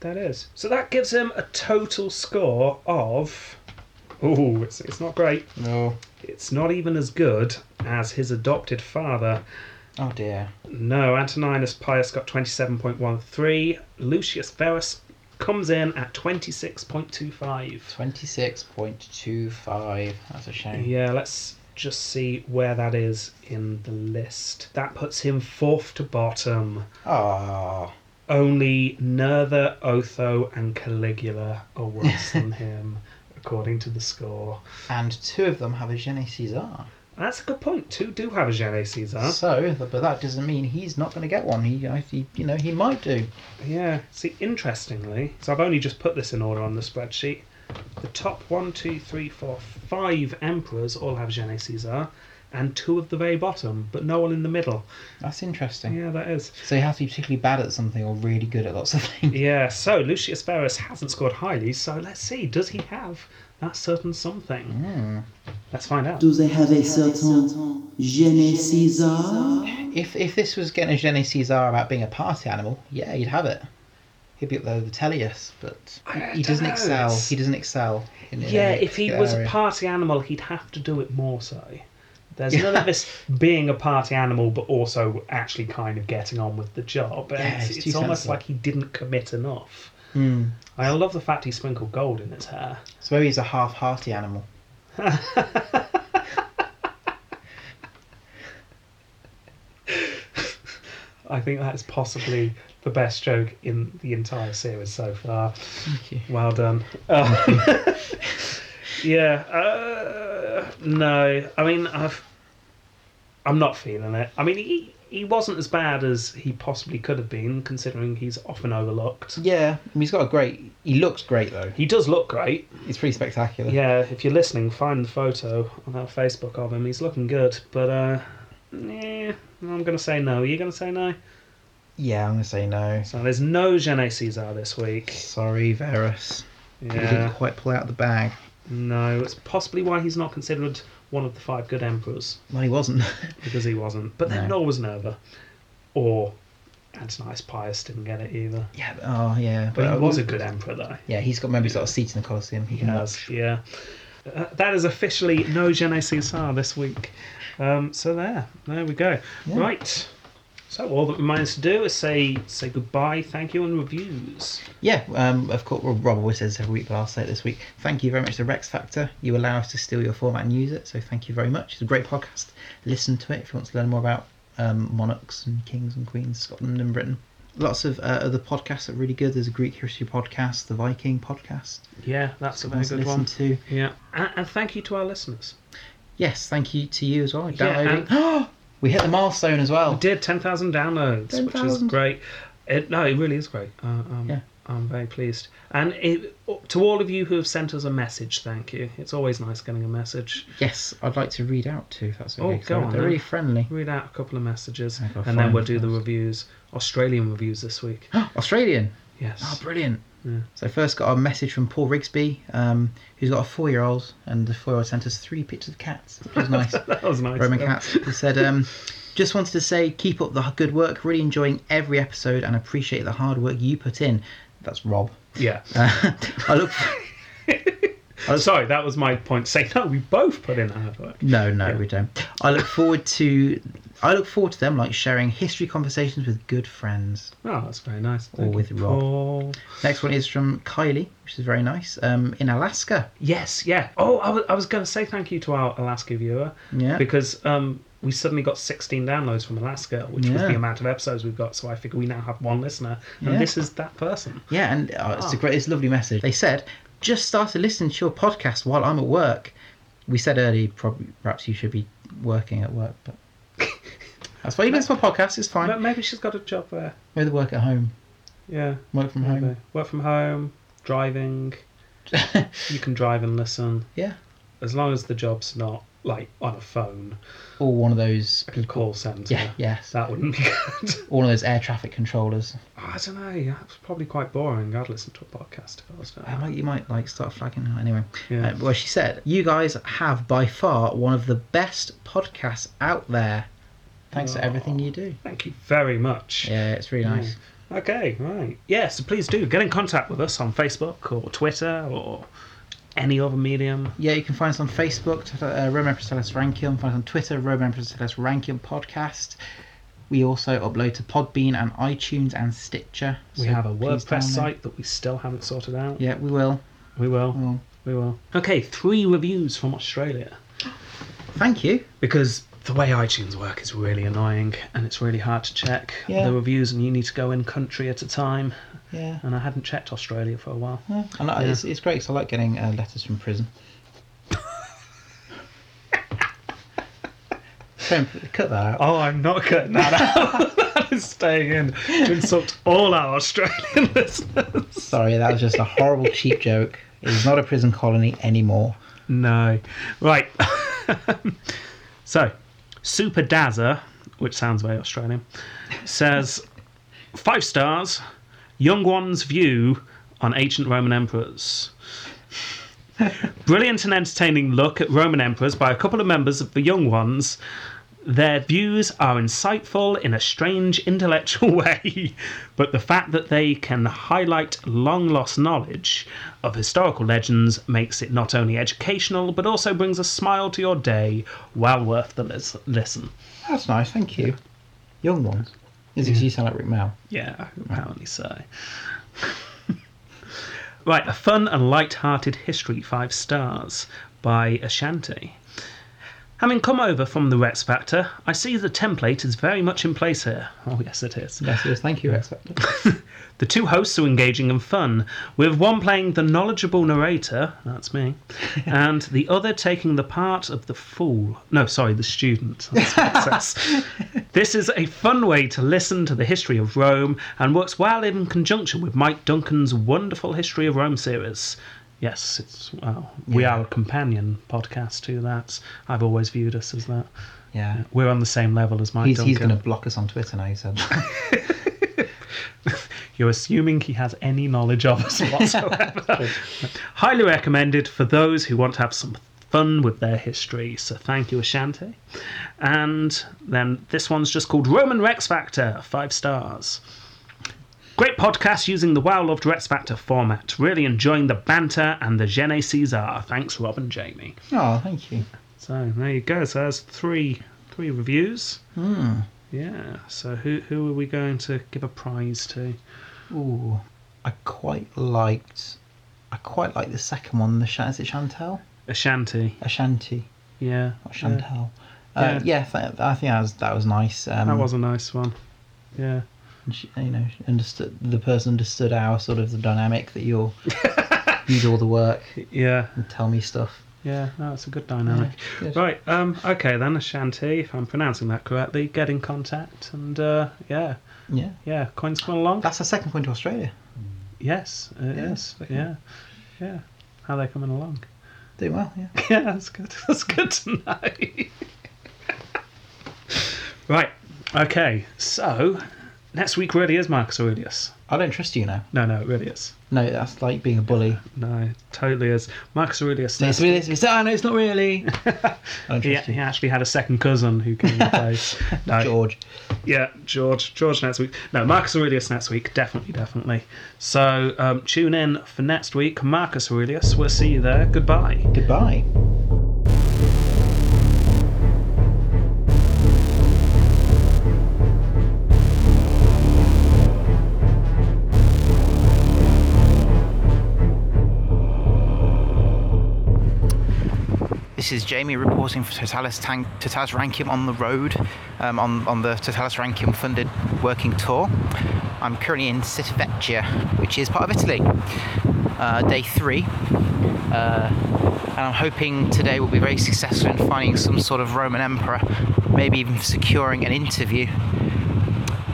Speaker 2: That is. So that gives him a total score of. Oh, it's, it's not great.
Speaker 3: No.
Speaker 2: It's not even as good as his adopted father.
Speaker 3: Oh, dear.
Speaker 2: No, Antoninus Pius got 27.13. Lucius Verus comes in at 26.25.
Speaker 3: 26.25. That's a shame.
Speaker 2: Yeah, let's just see where that is in the list. That puts him fourth to bottom.
Speaker 3: Ah.
Speaker 2: Only Nerva, Otho, and Caligula are worse than him, according to the score.
Speaker 3: And two of them have a Je ne Caesar.
Speaker 2: That's a good point. Two do have a Genet Caesar.
Speaker 3: So, but that doesn't mean he's not going to get one. He, I- he, you know, he might do.
Speaker 2: Yeah. See, interestingly, so I've only just put this in order on the spreadsheet. The top one, two, three, four, five emperors all have Genet Caesar, and two of the very bottom, but no one in the middle.
Speaker 3: That's interesting.
Speaker 2: Yeah, that is.
Speaker 3: So he has to be particularly bad at something or really good at lots of things.
Speaker 2: Yeah, so Lucius Verus hasn't scored highly, so let's see, does he have that certain something? Let's find out.
Speaker 1: Do they have a certain je ne sais
Speaker 2: Mm.
Speaker 3: If if this was getting a Je ne Caesar about being a party animal, yeah, he'd have it. He'd be up there with Vitellius, but
Speaker 2: I
Speaker 3: he
Speaker 2: don't
Speaker 3: doesn't
Speaker 2: know,
Speaker 3: excel.
Speaker 2: it's-
Speaker 3: He doesn't excel. In, in
Speaker 2: yeah,
Speaker 3: any
Speaker 2: if he
Speaker 3: particular
Speaker 2: was a
Speaker 3: area.
Speaker 2: party animal, he'd have to do it more so. There's
Speaker 3: Yeah.
Speaker 2: none of this being a party animal, but also actually kind of getting on with the job. And
Speaker 3: Yeah,
Speaker 2: it's
Speaker 3: it's
Speaker 2: it's
Speaker 3: too
Speaker 2: almost
Speaker 3: sensible.
Speaker 2: like he didn't commit enough.
Speaker 3: Hmm.
Speaker 2: I love the fact he sprinkled gold in his hair.
Speaker 3: So maybe he's a half-hearty animal.
Speaker 2: I think that is possibly the best joke in the entire series so far.
Speaker 3: Thank you.
Speaker 2: Well done. Um, <laughs> yeah. Uh, no, I mean, I've, I'm not feeling it. I mean, he he wasn't as bad as he possibly could have been, considering he's often overlooked.
Speaker 3: Yeah, I mean, he's got a great. He looks great though.
Speaker 2: He does look great.
Speaker 3: He's pretty spectacular.
Speaker 2: Yeah, if you're listening, find the photo on our Facebook of him. He's looking good, but uh, eh, I'm gonna say no. Are you gonna say no?
Speaker 3: Yeah, I'm gonna say no.
Speaker 2: So there's no Genet Caesar this
Speaker 3: <laughs>
Speaker 2: week.
Speaker 3: Sorry, Verus. He didn't
Speaker 2: Yeah,
Speaker 3: quite pull out the bag.
Speaker 2: no. It's possibly why he's not considered one of the five good emperors.
Speaker 3: Well, he wasn't. <laughs>
Speaker 2: because he wasn't. But then
Speaker 3: No.
Speaker 2: nor was Nerva, or Antoninus Pius didn't get it either.
Speaker 3: yeah. But, oh, yeah.
Speaker 2: But
Speaker 3: I
Speaker 2: he was a
Speaker 3: wouldn't-
Speaker 2: good emperor, though.
Speaker 3: Yeah, he's got maybe sort of seat in the Colosseum. He
Speaker 2: He
Speaker 3: can
Speaker 2: has,
Speaker 3: watch.
Speaker 2: yeah. Uh, that is officially no Gene Caesar this week. Um, so there, there we go.
Speaker 3: Yeah.
Speaker 2: Right. So all that remains to do is say say goodbye, thank you, and reviews.
Speaker 3: Yeah, um, of course, well, Rob always says this every week, but I'll say it this week. Thank you very much to Rex Factor. You allow us to steal your format and use it, so thank you very much. It's a great podcast. Listen to it if you want to learn more about um, monarchs and kings and queens, Scotland and Britain. Lots of uh, other podcasts that are really good. There's a Greek history podcast, the Viking podcast.
Speaker 2: Yeah, that's a very
Speaker 3: Good ones to
Speaker 2: good
Speaker 3: listen
Speaker 2: one.
Speaker 3: to.
Speaker 2: Yeah, and, and thank you to our listeners.
Speaker 3: Yes, thank you to you as well.
Speaker 2: Yeah,
Speaker 3: Downloading. <gasps> we hit the milestone as well.
Speaker 2: We did 10,000 downloads, which is
Speaker 3: 10,000.
Speaker 2: great. It, no, it really is great. Uh, um,
Speaker 3: Yeah.
Speaker 2: I'm very pleased. And it, to all of you who have sent us a message, thank you. It's always nice getting a message.
Speaker 3: Yes, I'd like to read out too, if that's
Speaker 2: Oh,
Speaker 3: okay. 'cause
Speaker 2: go
Speaker 3: they're-
Speaker 2: on
Speaker 3: They're
Speaker 2: then.
Speaker 3: really friendly. <gasps>
Speaker 2: Read out a couple of messages
Speaker 3: I've got
Speaker 2: and then
Speaker 3: five
Speaker 2: we'll do the
Speaker 3: first.
Speaker 2: reviews. Australian reviews this week.
Speaker 3: Australian. Oh,
Speaker 2: Yes.
Speaker 3: brilliant.
Speaker 2: Yeah.
Speaker 3: So first got a message from Paul Rigsby, um, who's got a four-year-old, and the four-year-old sent us three pictures of cats, which was
Speaker 2: <laughs> <laughs>
Speaker 3: nice.
Speaker 2: that was nice.
Speaker 3: Roman
Speaker 2: though.
Speaker 3: cats. He said, um, just wanted to say, keep up the h- good work. Really enjoying every episode and appreciate <laughs> the hard work you put in. That's Rob.
Speaker 2: Yeah.
Speaker 3: Uh, I look.
Speaker 2: Oh, sorry, that was my point. Saying <laughs> no, we both put in the hard work.
Speaker 3: No, no, we don't. I look forward to I look forward to them like sharing history conversations with good friends.
Speaker 2: Oh, that's very nice.
Speaker 3: Or with Rob.
Speaker 2: Paul.
Speaker 3: Next one is from Kylie, which is very nice. Um, in Alaska.
Speaker 2: Yes, yeah. Oh, I was, I was going to say thank you to our Alaska viewer.
Speaker 3: Yeah.
Speaker 2: Because um, we suddenly got 16 downloads from Alaska, which was
Speaker 3: Yeah.
Speaker 2: the amount of episodes we've got. So I figure we now have one listener, and
Speaker 3: Yeah.
Speaker 2: this is that person.
Speaker 3: Yeah, and oh, it's
Speaker 2: Ah.
Speaker 3: a great, it's a lovely message. They said, just started listening to your podcast while I'm at work. We said earlier, probably, perhaps you should be working at work, but <laughs> that's why you listen to my podcast. It's fine.
Speaker 2: But maybe she's got a job there.
Speaker 3: Maybe the work at home,
Speaker 2: Yeah.
Speaker 3: work from home.
Speaker 2: Maybe. Work from home, driving. you can drive and listen.
Speaker 3: Yeah,
Speaker 2: As long as the job's not like on a phone,
Speaker 3: <laughs> or one of those.
Speaker 2: a call centre.
Speaker 3: Yeah, yes,
Speaker 2: That wouldn't be <laughs> good.
Speaker 3: or one of those air traffic controllers.
Speaker 2: I don't know. That's probably quite boring. I'd listen to a podcast if I was
Speaker 3: I
Speaker 2: there.
Speaker 3: might, you might like start flagging her anyway.
Speaker 2: Yeah.
Speaker 3: Uh, well, she said, "You guys have by far one of the best podcasts out there. Thanks for everything you do.
Speaker 2: Thank you very much.
Speaker 3: Yeah, it's really nice.
Speaker 2: Okay, right. Yeah, so please do get in contact with us on Facebook or Twitter or any other medium.
Speaker 3: Yeah, you can find us on Facebook, t- uh, Roman Empress Celeste Rankium. Find us on Twitter, Roman Empress Celeste Rankium Podcast. We also upload to Podbean and iTunes and Stitcher.
Speaker 2: We
Speaker 3: so
Speaker 2: have a
Speaker 3: please
Speaker 2: WordPress
Speaker 3: download.
Speaker 2: site that we still haven't sorted out.
Speaker 3: Yeah, we will.
Speaker 2: We will.
Speaker 3: Well,
Speaker 2: We will. Okay, three reviews from Australia.
Speaker 3: thank you.
Speaker 2: Because the way iTunes work is really annoying and it's really hard to check
Speaker 3: Yeah.
Speaker 2: the reviews and you need to go in country at a time.
Speaker 3: Yeah.
Speaker 2: And I hadn't checked Australia for a while.
Speaker 3: Yeah. And I- It's, it's great because I like getting uh, letters
Speaker 2: <laughs>
Speaker 3: from prison. Don't- Cut that out.
Speaker 2: Oh, I'm not cutting that <laughs> out. that is staying in to insult all our Australian <laughs> listeners.
Speaker 3: Sorry, that was just a horrible cheap joke. It's not a prison colony anymore.
Speaker 2: No. Right. <laughs> so, Super Dazza, which sounds very Australian, says five stars, Young One's view on ancient Roman emperors. Brilliant and entertaining look at Roman emperors by a couple of members of the Young Ones. Their views are insightful in a strange intellectual <laughs> way, but the fact that they can highlight long lost knowledge of historical legends makes it not only educational but also brings a smile to your day. Well worth the lis- listen.
Speaker 3: That's nice, thank you. Young ones. Is it 'cause you sound like Rick Mao?
Speaker 2: Yeah, apparently so. <laughs> right, a fun and light-hearted history, five stars, by Ashanti. Having come over from the Rex Factor, I see the template is very much in place here. Oh, yes, it is.
Speaker 3: Yes, yes, thank you,
Speaker 2: <laughs>
Speaker 3: Rex Factor.
Speaker 2: The two hosts are engaging and fun, with one playing the knowledgeable narrator, that's
Speaker 3: <laughs>
Speaker 2: me, and the other taking the part of the fool. No, sorry, the student. That's what it
Speaker 3: <laughs>
Speaker 2: says. this is a fun way to listen to the history of Rome and works well in conjunction with Mike Duncan's wonderful History of Rome series. Yes, it's well, we are a companion podcast to that. I've always viewed us as that.
Speaker 3: Yeah.
Speaker 2: We're on the same level as Mike
Speaker 3: He's,
Speaker 2: Duncan.
Speaker 3: he's going to block us on Twitter now, he said.
Speaker 2: <laughs>
Speaker 3: <laughs>
Speaker 2: You're assuming he has any knowledge of us whatsoever. Highly recommended for those who want to have some fun with their history. So thank you, Ashanti. And then this one's just called Roman Rex Factor, five stars. Great podcast using the well loved Rex Factor format. Really enjoying the banter and the Je ne Caesar. Thanks, Rob and Jamie.
Speaker 3: oh, thank you.
Speaker 2: So there you go. So that's three three reviews. Yeah. So who who are we going to give a prize to?
Speaker 3: Ooh, I quite liked. I quite like the second one. The Shan- is it Chantel?
Speaker 2: Ashanti.
Speaker 3: Ashanti,
Speaker 2: Yeah.
Speaker 3: not
Speaker 2: yeah.
Speaker 3: Chantel. Yeah, uh, yeah th- I think that was that was nice. Um,
Speaker 2: That was a nice one. Yeah.
Speaker 3: And she, you know, she understood the person understood our sort of the dynamic
Speaker 2: <laughs>
Speaker 3: that you're you do all the work
Speaker 2: Yeah.
Speaker 3: and tell me stuff.
Speaker 2: Yeah. No, it's a good dynamic.
Speaker 3: good.
Speaker 2: Right. Um, okay then, Ashanti, if I'm pronouncing that correctly, get in contact and uh, yeah.
Speaker 3: Yeah,
Speaker 2: Yeah. Coins come along.
Speaker 3: that's the second point to Australia.
Speaker 2: yes, it is. yeah,
Speaker 3: Yeah, okay.
Speaker 2: Yeah. How they coming along? <laughs>
Speaker 3: Doing well, yeah.
Speaker 2: Yeah, that's good. <laughs> That's good to <laughs> know. right. Okay. So Next week really is Marcus Aurelius.
Speaker 4: I don't trust you now.
Speaker 2: No, no, it really is.
Speaker 4: No, that's like being a bully.
Speaker 2: No, it totally is. Marcus Aurelius.
Speaker 4: It's
Speaker 2: next-
Speaker 4: really, it's, it's, ah, no, it's not really. I don't
Speaker 2: He,
Speaker 4: trust
Speaker 2: he actually had a second cousin who came to play.
Speaker 4: you.
Speaker 2: No,
Speaker 4: George.
Speaker 2: yeah, George. George next week. No, Marcus Aurelius next week. Definitely, definitely. So um, tune in for next week. Marcus Aurelius. We'll see you there. Goodbye.
Speaker 4: Goodbye. This is Jamie reporting for Totalis, Tank, Totalis Rankium on the road, um, on, on the Totalis Rankium funded working tour. I'm currently in Civitavecchia, which is part of Italy. Uh, day three. Uh, and I'm hoping today will be very successful in finding some sort of Roman emperor, maybe even securing an interview.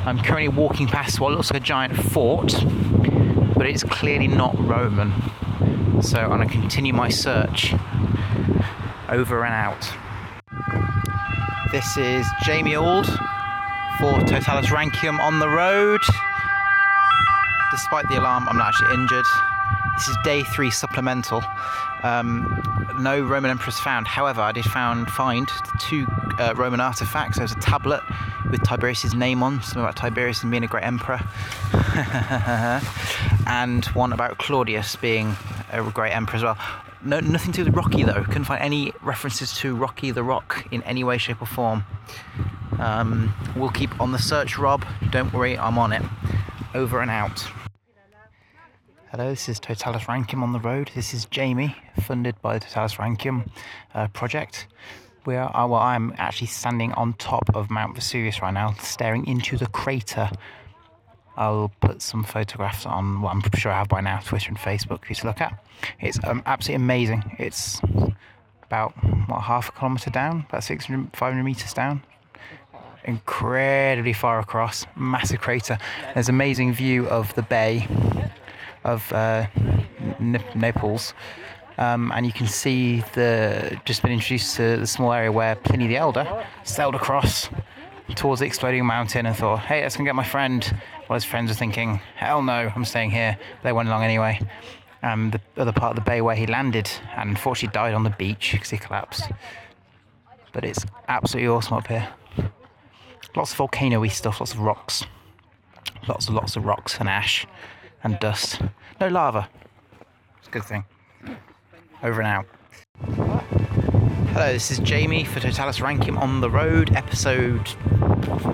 Speaker 4: I'm currently walking past what looks like a giant fort, but it's clearly not Roman. So I'm going to continue my search over and out. This is Jamie Ald for Totalis Rankium on the road. Despite the alarm, I'm not actually injured. This is day three supplemental. Um, no Roman emperors found. However, I did found find two uh, Roman artifacts. There was a tablet with Tiberius's name on, something about Tiberius and being a great emperor, <laughs> and one about Claudius being a great emperor as well. No, nothing to do with Rocky though. Couldn't find any references to Rocky the Rock in any way, shape, or form. Um, we'll keep on the search, Rob. Don't worry, I'm on it. Over and out. Hello, this is Totalis Rankium on the road. This is Jamie, funded by the Totalis Rankium uh, project. We are, uh, well, I'm actually standing on top of Mount Vesuvius right now, staring into the crater. I'll put some photographs on what I'm sure I have by now, Twitter and Facebook, for you to look at. It's um, absolutely amazing. It's about, what, half a kilometre down, about 600, 500 metres down incredibly far across, massive crater. There's amazing view of the bay of uh, N- Naples, um, and you can see the just been introduced to the small area where Pliny the Elder sailed across towards the exploding mountain and thought, "Hey, let's go get my friend." Well, his friends were thinking, "Hell no, I'm staying here." They went along anyway. Um, the other part of the bay where he landed, and unfortunately died on the beach because he collapsed. But it's absolutely awesome up here lots of volcano-y stuff, lots of rocks, lots and lots of rocks and ash and dust. No lava. It's a good thing. Over and out. Hello, this is Jamie for Totalis Rankium on the road, episode.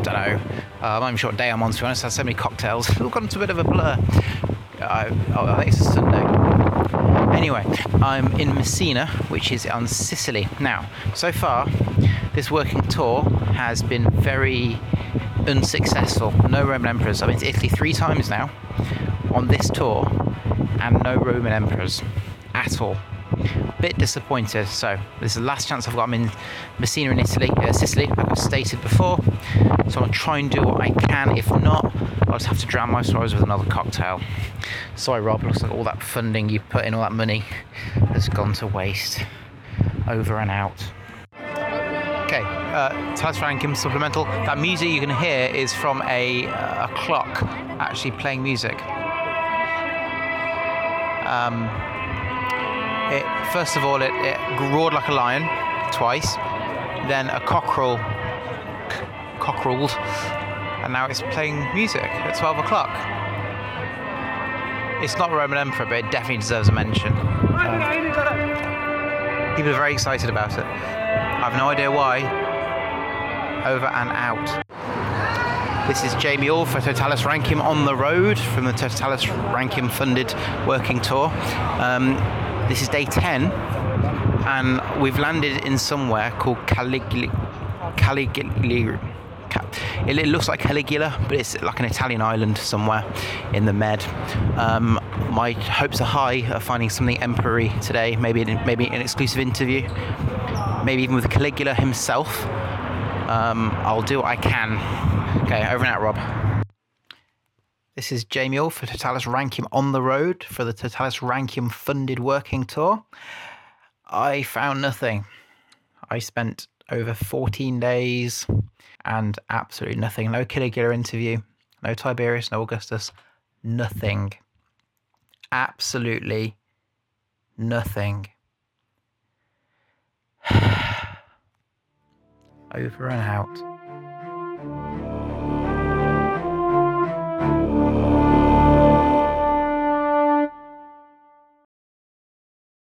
Speaker 4: Don't know. I'm not even sure what day I'm on. To be honest, I had so many cocktails. <laughs> It's all gone to a bit of a blur. I, oh, I think it's a Sunday. Anyway, I'm in Messina, which is on Sicily. Now, so far, this working tour has been very unsuccessful. No Roman emperors. I've been to Italy three times now on this tour, and no Roman emperors at all. Bit disappointed. So this is the last chance I've got. I'm in Messina in Italy, uh, Sicily, like I stated before. So I'll try and do what I can. If not, I'll just have to drown my sorrows with another cocktail. Sorry, Rob. Looks like all that funding you put in, all that money, has gone to waste. Over and out. Okay, uh, Taz Rankin supplemental. That music you can hear is from a, uh, a clock actually playing music. Um, it, first of all, it, it roared like a lion twice, then a cockerel c- cockereled, and now it's playing music at 12 o'clock. It's not Roman Emperor, but it definitely deserves a mention. Um, people are very excited about it. I've no idea why. Over and out. This is Jamie All for Totalis Rankium on the road from the Totalis Rankium funded working tour. Um, this is day 10, and we've landed in somewhere called Caligula. Caligula. Ca- It it looks like Caligula, but it's like an Italian island somewhere in the Med. Um, my hopes are high of finding something emperory today, maybe an- maybe an exclusive interview maybe even with Caligula himself. Um, I'll do what I can. Okay, over and out, Rob. This is Jamie All for Totalis Rankium on the road for the Totalis Rankium funded working tour. I found nothing. I spent over 14 days and absolutely nothing. No Caligula interview,
Speaker 3: no Tiberius, no Augustus, nothing. Absolutely nothing. <sighs> Over and out.